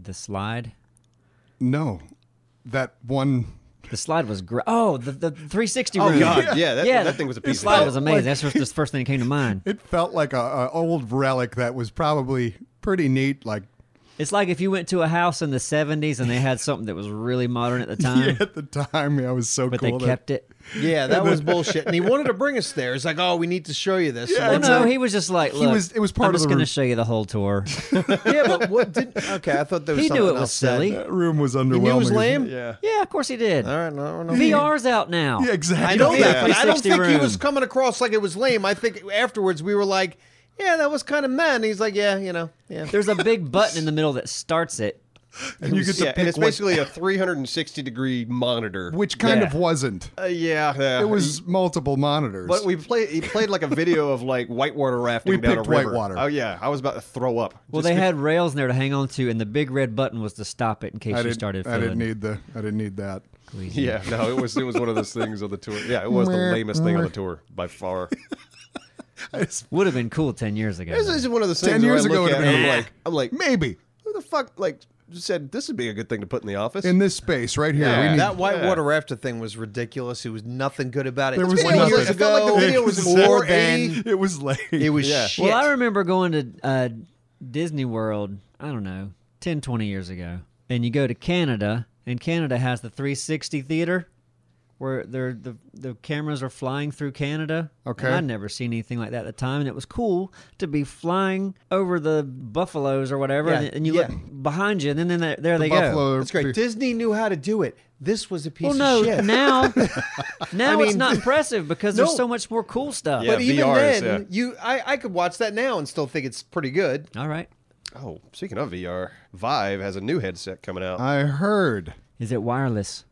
Speaker 1: The slide.
Speaker 3: No. That one
Speaker 1: The slide was great. Oh, the, the 360 room.
Speaker 4: Oh, God, yeah, that- that thing was a piece
Speaker 1: The
Speaker 4: of
Speaker 1: slide
Speaker 4: shit.
Speaker 1: was amazing. That's just the first thing that came to mind.
Speaker 3: it felt like a, a old relic that was probably pretty neat, like
Speaker 1: It's like if you went to a house in the 70s and they had something that was really modern at the time,
Speaker 3: yeah, at the time, yeah, I was so
Speaker 1: but they
Speaker 3: cool. that-
Speaker 1: kept it.
Speaker 2: Yeah, that was bullshit. And he wanted to bring us there. It's like, oh, we need to show you this.
Speaker 1: Well,
Speaker 2: Yeah,
Speaker 1: no, he was just like,
Speaker 3: He
Speaker 1: look,
Speaker 3: was- it was
Speaker 1: I'm
Speaker 3: part of
Speaker 1: just
Speaker 3: the
Speaker 1: going to
Speaker 3: route."
Speaker 1: show you the whole tour.
Speaker 2: yeah, but what did? Okay, I thought there was
Speaker 1: he
Speaker 2: something
Speaker 1: knew it was
Speaker 2: else that-
Speaker 1: silly.
Speaker 3: That room was underwhelming.
Speaker 2: He knew it was lame.
Speaker 4: Yeah.
Speaker 1: Yeah, of course he did.
Speaker 2: All right, no, I don't know.
Speaker 1: VR's out now.
Speaker 3: Yeah, exactly.
Speaker 2: I know
Speaker 1: Yeah.
Speaker 2: that, but I don't
Speaker 1: 360
Speaker 2: think he
Speaker 1: room.
Speaker 2: was coming across like it was lame. I think afterwards we were like, yeah, that was kind of man. He's like, yeah, you know, yeah.
Speaker 1: There's a big button in the middle that starts it.
Speaker 3: And you get to
Speaker 4: Yeah,
Speaker 3: pick
Speaker 4: and it's
Speaker 3: what-
Speaker 4: basically a 360 degree monitor.
Speaker 3: which kind
Speaker 1: Yeah.
Speaker 3: of wasn't.
Speaker 4: Uh, yeah, yeah.
Speaker 3: It was multiple monitors.
Speaker 4: But we played. He played like a video of like whitewater rafting
Speaker 3: We
Speaker 4: down a
Speaker 3: picked
Speaker 4: river.
Speaker 3: whitewater.
Speaker 4: Oh yeah, I was about to throw up.
Speaker 1: Well,
Speaker 4: Just
Speaker 1: they had rails in there to hang on to, and the big red button was to stop it in case
Speaker 3: I
Speaker 1: you
Speaker 3: didn't,
Speaker 1: started
Speaker 3: I
Speaker 1: feeling.
Speaker 3: didn't need the. I didn't need that.
Speaker 1: queasy.
Speaker 4: Yeah, no, it was it was one of those things on the tour. Yeah, it was the lamest thing on the tour by far.
Speaker 3: I just-
Speaker 1: Would have been cool 10 years ago.
Speaker 4: This
Speaker 1: though.
Speaker 4: is one of those things.
Speaker 3: Ten
Speaker 4: where I
Speaker 3: years
Speaker 4: look
Speaker 3: ago, it
Speaker 4: at
Speaker 3: would
Speaker 4: it
Speaker 3: have
Speaker 4: and
Speaker 3: been
Speaker 4: I'm
Speaker 3: like,
Speaker 4: like, I'm like,
Speaker 3: maybe
Speaker 4: who the fuck like said this would be a good thing to put in the office?
Speaker 3: in this space right here.
Speaker 4: Yeah.
Speaker 3: we need,
Speaker 2: That white water rafter thing was ridiculous. It was nothing good about it.
Speaker 3: There
Speaker 2: It's
Speaker 3: was
Speaker 2: been
Speaker 3: nothing.
Speaker 2: years
Speaker 3: It
Speaker 2: ago.
Speaker 4: felt like the video was
Speaker 2: more
Speaker 4: 480.
Speaker 2: than
Speaker 3: it was lame.
Speaker 2: it was
Speaker 4: Yeah.
Speaker 2: shit.
Speaker 1: well, I remember going to uh, Disney World, I don't know, 10, 20 years ago. And you go to Canada, and Canada has the 360 theater where they're, the, the cameras are flying through Canada.
Speaker 3: Okay.
Speaker 1: And I'd never seen anything like that at the time. And it was cool to be flying over the buffaloes or whatever.
Speaker 2: Yeah,
Speaker 1: And, and you
Speaker 2: yeah.
Speaker 1: look behind you, and then, then there, there they go.
Speaker 3: Buffalo.
Speaker 2: That's great. Disney knew how to do it. This was a piece
Speaker 1: Well, no,
Speaker 2: of shit.
Speaker 1: now, now
Speaker 2: I
Speaker 1: it's
Speaker 2: mean-
Speaker 1: not impressive because
Speaker 2: No.
Speaker 1: there's so much more cool stuff.
Speaker 4: Yeah.
Speaker 2: but even
Speaker 4: VR is,
Speaker 2: then,
Speaker 4: yeah.
Speaker 2: you, I, I could watch that now and still think it's pretty good.
Speaker 1: All right.
Speaker 4: oh, speaking of VR, Vive has a new headset coming out.
Speaker 3: I heard.
Speaker 1: Is it wireless?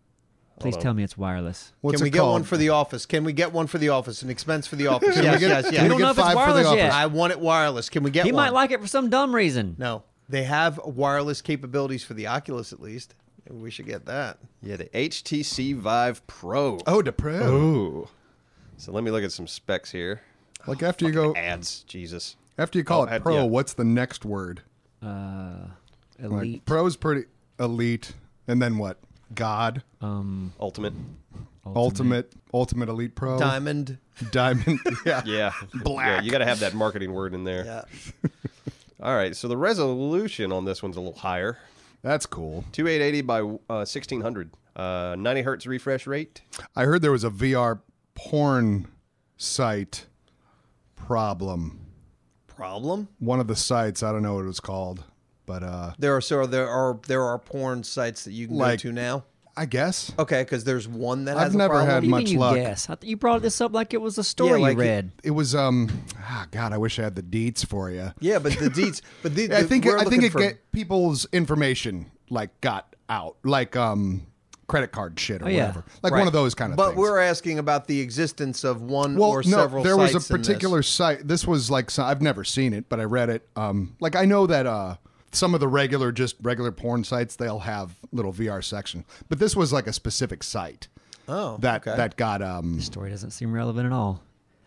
Speaker 1: Please tell me it's wireless.
Speaker 3: What's
Speaker 2: Can we
Speaker 3: it
Speaker 2: get
Speaker 3: called?
Speaker 2: one for the office? Can we get one for the office? An expense for the office? yes, yes, yes.
Speaker 3: Can
Speaker 1: We
Speaker 3: we
Speaker 1: don't know
Speaker 3: get
Speaker 1: if it's
Speaker 3: five for the
Speaker 1: wireless yet.
Speaker 3: office?
Speaker 2: I want it wireless. Can we get
Speaker 1: He
Speaker 2: one?
Speaker 1: might like it for some dumb reason.
Speaker 2: No, they have wireless capabilities for the Oculus at least. Maybe we should get that.
Speaker 4: Yeah, the HTC Vive Pro.
Speaker 3: Oh, the pro.
Speaker 4: Ooh. So let me look at some specs here.
Speaker 3: Like after you go,
Speaker 4: Ads, Jesus.
Speaker 3: after you call
Speaker 4: Oh,
Speaker 3: it
Speaker 4: ad-
Speaker 3: pro,
Speaker 4: yeah.
Speaker 3: what's the next word?
Speaker 1: Uh,
Speaker 3: Like
Speaker 1: elite.
Speaker 3: pro's pretty elite, and then what? God,
Speaker 1: um,
Speaker 4: Ultimate.
Speaker 3: ultimate, ultimate elite
Speaker 2: Oh.
Speaker 3: pro,
Speaker 2: Diamond.
Speaker 3: diamond. Yeah.
Speaker 4: Yeah. Yeah,
Speaker 3: Black.
Speaker 4: you got to have that marketing word in there.
Speaker 2: Yeah.
Speaker 4: All right. So the resolution on this one's a little higher.
Speaker 3: that's cool.
Speaker 4: 2880 by uh, 1600. Uh, 90 hertz refresh rate.
Speaker 3: I heard there was a VR porn site problem.
Speaker 2: Problem?
Speaker 3: One of the sites, I don't know what it was called, but uh
Speaker 2: There are so there are there are porn sites that you can
Speaker 3: Like-
Speaker 2: go to now.
Speaker 3: I guess
Speaker 2: Okay, because there's one that
Speaker 3: I've
Speaker 2: has
Speaker 3: never
Speaker 2: a
Speaker 1: what
Speaker 3: had
Speaker 1: do
Speaker 2: problem.
Speaker 1: you
Speaker 3: much
Speaker 1: mean you
Speaker 3: luck.
Speaker 1: guess? I th- you brought this up like it was a story
Speaker 2: Yeah, like
Speaker 1: you read.
Speaker 3: it was um ah god, I wish I had the deets for you.
Speaker 2: Yeah, but the deets. But the,
Speaker 3: I
Speaker 2: the-
Speaker 3: think
Speaker 2: we're
Speaker 3: I think
Speaker 2: looking
Speaker 3: it
Speaker 2: for-
Speaker 3: get people's information like got out. Like um credit card shit or
Speaker 1: Oh, yeah.
Speaker 3: whatever. Like
Speaker 2: Right.
Speaker 3: one of those kind of
Speaker 2: But
Speaker 3: things.
Speaker 2: we're asking about the existence of one
Speaker 3: well,
Speaker 2: or
Speaker 3: no,
Speaker 2: several.
Speaker 3: there was
Speaker 2: sites
Speaker 3: a
Speaker 2: in this.
Speaker 3: particular site. This was like some, I've never seen it, but I read it. Um, like I know that uh, some of the regular, just regular porn sites, they'll have little VR section, but this was like a specific site.
Speaker 2: Oh,
Speaker 3: that
Speaker 2: okay.
Speaker 3: that got um.
Speaker 1: Story doesn't seem relevant at all.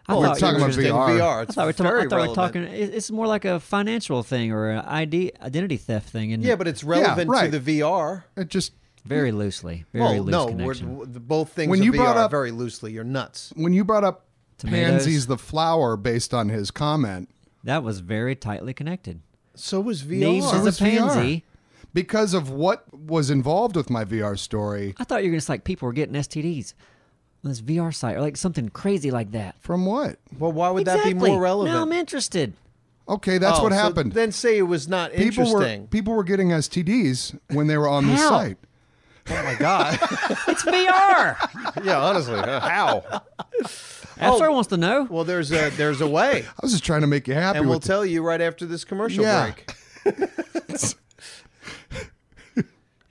Speaker 1: I
Speaker 2: Well,
Speaker 1: thought
Speaker 2: it's
Speaker 1: you
Speaker 3: talking
Speaker 1: were-
Speaker 3: about
Speaker 2: interesting.
Speaker 3: VR.
Speaker 2: VR.
Speaker 1: I
Speaker 2: It's
Speaker 1: thought, we
Speaker 2: very
Speaker 1: I thought we were
Speaker 2: relevant.
Speaker 1: talking. it- It's more like a financial thing or an ID identity theft thing, and
Speaker 2: Yeah, but it's relevant
Speaker 3: right.
Speaker 2: to the VR.
Speaker 3: It just
Speaker 1: very loosely, very
Speaker 2: well,
Speaker 1: loose
Speaker 2: no,
Speaker 1: connection.
Speaker 2: We're, the- both things
Speaker 3: When
Speaker 2: are
Speaker 3: you
Speaker 2: VR
Speaker 3: brought up-
Speaker 2: very loosely. You're nuts.
Speaker 3: when you brought up
Speaker 1: Tomatoes.
Speaker 3: Pansy's the flower based on his comment
Speaker 1: that was very tightly connected.
Speaker 2: So was VR.
Speaker 1: Neves
Speaker 3: So
Speaker 1: is
Speaker 3: was
Speaker 1: a pansy.
Speaker 3: VR. because of what was involved with my VR story.
Speaker 1: I thought you were just like people were getting STDs on this VR site or like something crazy like that.
Speaker 3: From what?
Speaker 2: Well, why would
Speaker 1: exactly.
Speaker 2: that be more relevant?
Speaker 1: Now I'm interested.
Speaker 3: Okay, that's
Speaker 2: Oh,
Speaker 3: what
Speaker 2: so
Speaker 3: happened.
Speaker 2: then say it was not
Speaker 3: people were
Speaker 2: interesting.
Speaker 3: people were getting STDs when they were on this
Speaker 1: How?
Speaker 3: site.
Speaker 2: oh my god!
Speaker 1: It's VR.
Speaker 4: Yeah, honestly. huh? How?
Speaker 3: Oh.
Speaker 1: That's what I wants to know.
Speaker 2: well, there's a there's a way,
Speaker 3: I was just trying to make you happy.
Speaker 2: and we'll
Speaker 3: with
Speaker 2: tell you right after this commercial
Speaker 3: Yeah.
Speaker 2: break.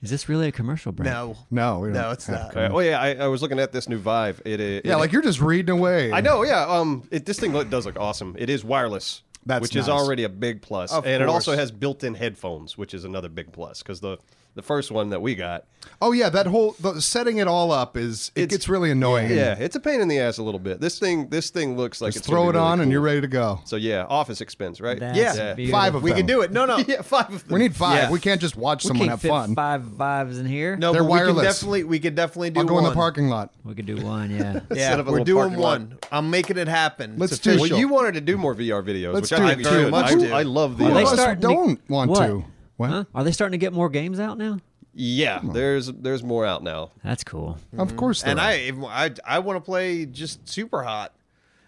Speaker 1: Is this really a commercial break?
Speaker 2: No,
Speaker 3: No, we don't
Speaker 2: no, it's
Speaker 3: have
Speaker 2: not.
Speaker 4: All right, well, Uh, oh, yeah, I, I was looking at this new Vive. It, it
Speaker 3: Yeah, like you're just reading away.
Speaker 4: I know, yeah. Um, it, this thing look- does look awesome. It is wireless,
Speaker 3: That's
Speaker 4: which is
Speaker 3: nice.
Speaker 4: already a big plus,
Speaker 2: Of
Speaker 4: and it also
Speaker 2: course.
Speaker 4: has built-in headphones, which is another big plus because the the first one that we got,
Speaker 3: Oh yeah, that whole the, setting it all up is it
Speaker 4: It's-
Speaker 3: gets really annoying.
Speaker 4: yeah, it's a pain in the ass a little bit. This thing, this thing looks like
Speaker 3: just
Speaker 4: it's gonna
Speaker 3: throw
Speaker 4: be
Speaker 3: it on
Speaker 4: really
Speaker 3: and
Speaker 4: cool.
Speaker 3: you're ready to go.
Speaker 4: So yeah, office expense, right?
Speaker 1: That's
Speaker 2: Yeah.
Speaker 1: beautiful.
Speaker 3: Five of
Speaker 2: we
Speaker 3: them.
Speaker 2: can do it. No, no,
Speaker 4: yeah, five of them.
Speaker 3: We need five.
Speaker 2: Yeah.
Speaker 3: We can't just watch
Speaker 1: we
Speaker 3: someone
Speaker 1: can't
Speaker 3: have
Speaker 1: fit
Speaker 3: fun.
Speaker 1: five vibes in here.
Speaker 2: no.
Speaker 3: They're
Speaker 2: but We
Speaker 3: wireless.
Speaker 2: can definitely, we could definitely do
Speaker 3: I'll go
Speaker 2: one.
Speaker 3: in the parking lot.
Speaker 1: we could do one. Yeah.
Speaker 2: Yeah,
Speaker 4: Set up a
Speaker 2: we're
Speaker 4: little
Speaker 2: doing
Speaker 4: parking lot.
Speaker 2: one. I'm making it happen.
Speaker 3: Let's
Speaker 2: It's
Speaker 3: do-
Speaker 4: Well,
Speaker 2: official.
Speaker 3: Sure.
Speaker 4: you wanted to do more VR videos,
Speaker 3: Let's
Speaker 4: which
Speaker 3: do
Speaker 4: I
Speaker 3: it.
Speaker 4: think
Speaker 2: Very
Speaker 4: you should.
Speaker 2: much
Speaker 4: I,
Speaker 2: do.
Speaker 4: I love the.
Speaker 3: Who
Speaker 1: Are they
Speaker 3: of us
Speaker 1: starting to-
Speaker 3: don't want
Speaker 1: What?
Speaker 3: to? What?
Speaker 1: Huh? Are they starting to get more games out now?
Speaker 4: Yeah, there's there's more out now.
Speaker 1: That's cool.
Speaker 3: Of course.
Speaker 2: Mm-hmm. and
Speaker 3: there are.
Speaker 2: I, even- I, I want to play just super hot,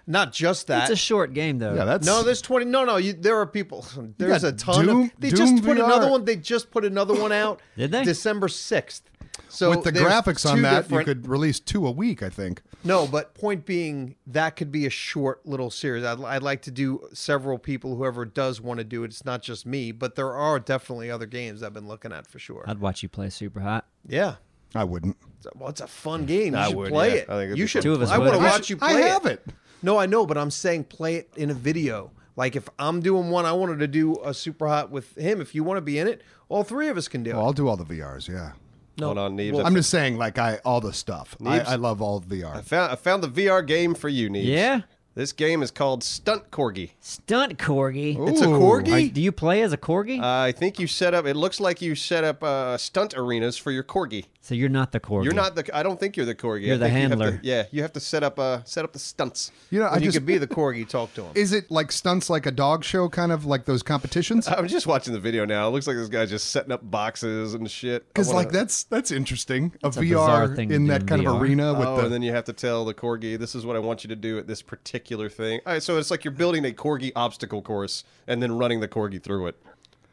Speaker 2: not just that.
Speaker 1: It's a short game though.
Speaker 3: yeah, that's
Speaker 2: no, there's twenty. No, no, you, there are people. There's a
Speaker 3: got
Speaker 2: ton
Speaker 3: Doom-
Speaker 2: of. They
Speaker 3: Doom
Speaker 2: just put
Speaker 3: VR.
Speaker 2: another one. They just put another one out.
Speaker 1: Did they?
Speaker 2: December sixth. So
Speaker 3: with the
Speaker 2: there's
Speaker 3: graphics on
Speaker 2: two
Speaker 3: that,
Speaker 2: different-
Speaker 3: you could release two a week. I think.
Speaker 2: No, but point being, that could be a short little series. I'd, I'd like to do several people, whoever does want to do it. It's not just me, but there are definitely other games I've been looking at for sure.
Speaker 1: I'd watch you play Super Hot.
Speaker 2: yeah.
Speaker 3: I wouldn't.
Speaker 2: It's a- Well, it's a fun game. You
Speaker 4: I
Speaker 2: should
Speaker 4: would,
Speaker 2: play
Speaker 4: yeah.
Speaker 2: it.
Speaker 4: I think it'd
Speaker 2: you
Speaker 4: be
Speaker 2: should.
Speaker 1: Two of us
Speaker 2: I
Speaker 1: would.
Speaker 2: want to
Speaker 1: I
Speaker 2: watch you play
Speaker 3: I have it.
Speaker 2: No, I know, but I'm saying play it in a video. Like if I'm doing one, I wanted to do a super hot with him. If you want to be in it, all three of us can do
Speaker 3: Oh,
Speaker 2: it.
Speaker 3: I'll do all the VRs. Yeah.
Speaker 2: No,
Speaker 4: Hold on, Neebs. I
Speaker 3: I'm just saying, like I all the stuff. I, I love all VR.
Speaker 4: found I found the VR game for you, Neebs.
Speaker 1: Yeah?
Speaker 4: This game is called Stunt Corgi.
Speaker 1: Stunt corgi.
Speaker 2: it's a
Speaker 3: Ooh. Uh,
Speaker 2: corgi.
Speaker 1: I- do you play as a corgi?
Speaker 4: I think you set up. It looks like you set up uh, stunt arenas for your corgi.
Speaker 1: so you're not the corgi.
Speaker 4: You're not the. I don't think you're the corgi.
Speaker 1: You're
Speaker 4: I
Speaker 1: the
Speaker 4: think you have to-
Speaker 1: handler.
Speaker 4: yeah, you have to set up uh set up the stunts.
Speaker 3: You know, I
Speaker 2: you
Speaker 3: just
Speaker 2: could be the corgi. Talk to him.
Speaker 3: is it like stunts like a dog show, kind of like those competitions?
Speaker 4: I'm just watching the video now. It looks like this guy's just setting up boxes and shit. I
Speaker 3: Because
Speaker 4: wanna-
Speaker 3: like that's that's interesting. A
Speaker 1: bizarre
Speaker 3: VR
Speaker 1: thing to
Speaker 3: in
Speaker 1: do
Speaker 3: that
Speaker 1: in
Speaker 3: kind of
Speaker 1: VR.
Speaker 3: arena with
Speaker 4: oh,
Speaker 3: the
Speaker 4: and then you have to tell the corgi, "This is what I want you to do at this particular thing." All right, so it's like you're building a corgi obstacle course and then running the corgi through it.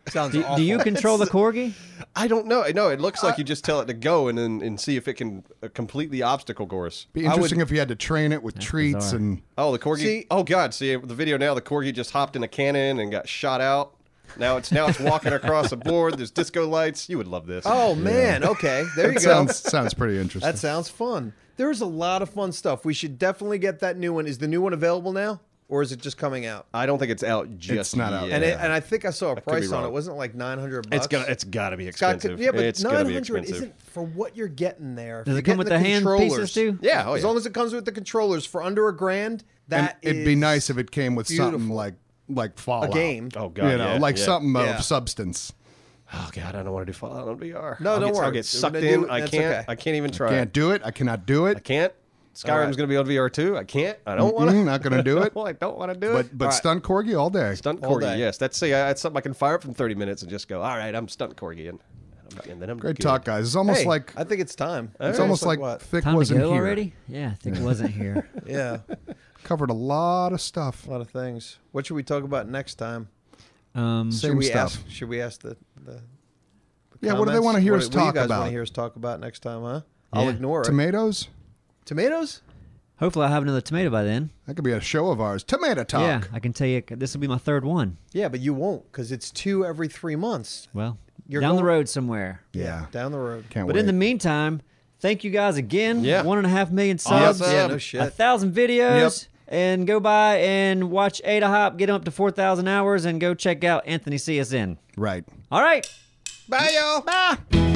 Speaker 2: Sounds
Speaker 1: do, do you control the corgi?
Speaker 4: I don't know. No, it looks
Speaker 3: Uh,
Speaker 4: like you just tell it to go and then and see if it can uh, complete the obstacle course.
Speaker 3: be interesting if you had to train it with treats
Speaker 1: bizarre.
Speaker 3: and
Speaker 4: Oh, the corgi!
Speaker 2: See-
Speaker 4: oh God! See the video now. The corgi just hopped in a cannon and got shot out. Now it's now it's walking across a board. There's disco lights. You would love this.
Speaker 2: Oh man. Okay. There you
Speaker 3: that
Speaker 2: go.
Speaker 3: sounds sounds pretty interesting.
Speaker 2: That sounds fun. There's a lot of fun stuff. We should definitely get that new one. Is the new one available now, or is it just coming out?
Speaker 4: I don't think it's out just.
Speaker 3: It's not out.
Speaker 4: yet.
Speaker 2: And it, and I think I saw a
Speaker 4: could
Speaker 2: price
Speaker 4: be
Speaker 2: on it.
Speaker 4: wrong.
Speaker 2: Wasn't it like 900 bucks.
Speaker 4: it's gonna it's gotta be
Speaker 2: It's got to-
Speaker 4: expensive.
Speaker 2: yeah, but
Speaker 4: it's gonna be
Speaker 2: 900
Speaker 4: expensive.
Speaker 2: isn't for what you're getting there. If
Speaker 1: Does
Speaker 2: you're
Speaker 1: it come
Speaker 2: getting
Speaker 1: with
Speaker 2: the
Speaker 1: the hand pieces
Speaker 2: controllers-
Speaker 1: too?
Speaker 4: Yeah, oh,
Speaker 2: as
Speaker 4: yeah.
Speaker 2: long as it comes with the controllers for under a grand,
Speaker 3: And
Speaker 2: that
Speaker 3: it'd be nice if it came with something
Speaker 2: beautiful.
Speaker 3: like like Fallout,
Speaker 2: game.
Speaker 4: Oh God!
Speaker 3: you know,
Speaker 4: yeah,
Speaker 3: like
Speaker 4: yeah.
Speaker 3: something
Speaker 2: Yeah.
Speaker 3: of substance.
Speaker 4: Oh God! I don't want to do Fallout on VR.
Speaker 2: No,
Speaker 4: I'll
Speaker 2: don't
Speaker 4: get,
Speaker 2: worry.
Speaker 4: I'll get
Speaker 2: We're
Speaker 4: sucked
Speaker 2: gonna
Speaker 4: in.
Speaker 2: do it.
Speaker 4: I
Speaker 2: That's
Speaker 4: can't.
Speaker 2: okay.
Speaker 4: I can't even try.
Speaker 3: Can't do it. I cannot do it.
Speaker 4: I can't. Skyrim's
Speaker 2: right.
Speaker 4: gonna be on VR too. I can't. I don't want to.
Speaker 3: Mm-mm, not gonna do it.
Speaker 4: Well, I don't want to do it.
Speaker 3: Mm-hmm. But but stunt corgi all day.
Speaker 4: Stunt
Speaker 2: All
Speaker 4: corgi,
Speaker 2: day.
Speaker 4: yes. That's see, I, that's something I can fire up in thirty minutes and just go. All right, I'm stunt corgi, and, I'm- and then I'm
Speaker 3: Great
Speaker 4: good.
Speaker 3: talk, guys. It's almost
Speaker 2: Hey,
Speaker 3: like
Speaker 2: I think it's time.
Speaker 3: it's almost like,
Speaker 2: what?
Speaker 3: thick
Speaker 1: Time to
Speaker 3: wasn't
Speaker 1: go
Speaker 3: here.
Speaker 1: already? Yeah, I think it wasn't here.
Speaker 2: Yeah,
Speaker 3: Covered a lot of stuff.
Speaker 2: a lot of things. What should we talk about next time?
Speaker 1: Um,
Speaker 2: Should
Speaker 3: Same
Speaker 2: we
Speaker 3: stuff.
Speaker 2: ask? Should we ask the? the
Speaker 3: Yeah, what do they
Speaker 2: comments?
Speaker 3: want to hear
Speaker 2: What-
Speaker 3: us
Speaker 2: what do
Speaker 3: talk
Speaker 2: you guys want
Speaker 3: about?
Speaker 2: to hear us talk about next time, huh? I'll
Speaker 1: Yeah.
Speaker 2: ignore it.
Speaker 3: Tomatoes?
Speaker 2: Tomatoes?
Speaker 1: hopefully, I'll have another tomato by then.
Speaker 3: That could be a show of ours. Tomato talk.
Speaker 1: Yeah, I can tell you this will be my third one.
Speaker 2: Yeah, but you won't because it's two every three months.
Speaker 1: Well,
Speaker 2: You're
Speaker 1: down the
Speaker 2: going-
Speaker 1: road somewhere.
Speaker 3: Yeah.
Speaker 2: down the road.
Speaker 3: Can't
Speaker 1: But
Speaker 3: wait.
Speaker 1: in the meantime, thank you guys again.
Speaker 4: Yeah.
Speaker 1: One and a half million subs.
Speaker 4: Awesome.
Speaker 2: Yeah, no
Speaker 1: A
Speaker 2: shit.
Speaker 1: thousand videos. And go by and watch Ada Hop get him up to 4,000 hours and go check out Anthony CSN.
Speaker 3: right.
Speaker 1: All right.
Speaker 4: Bye, y'all.
Speaker 1: Bye.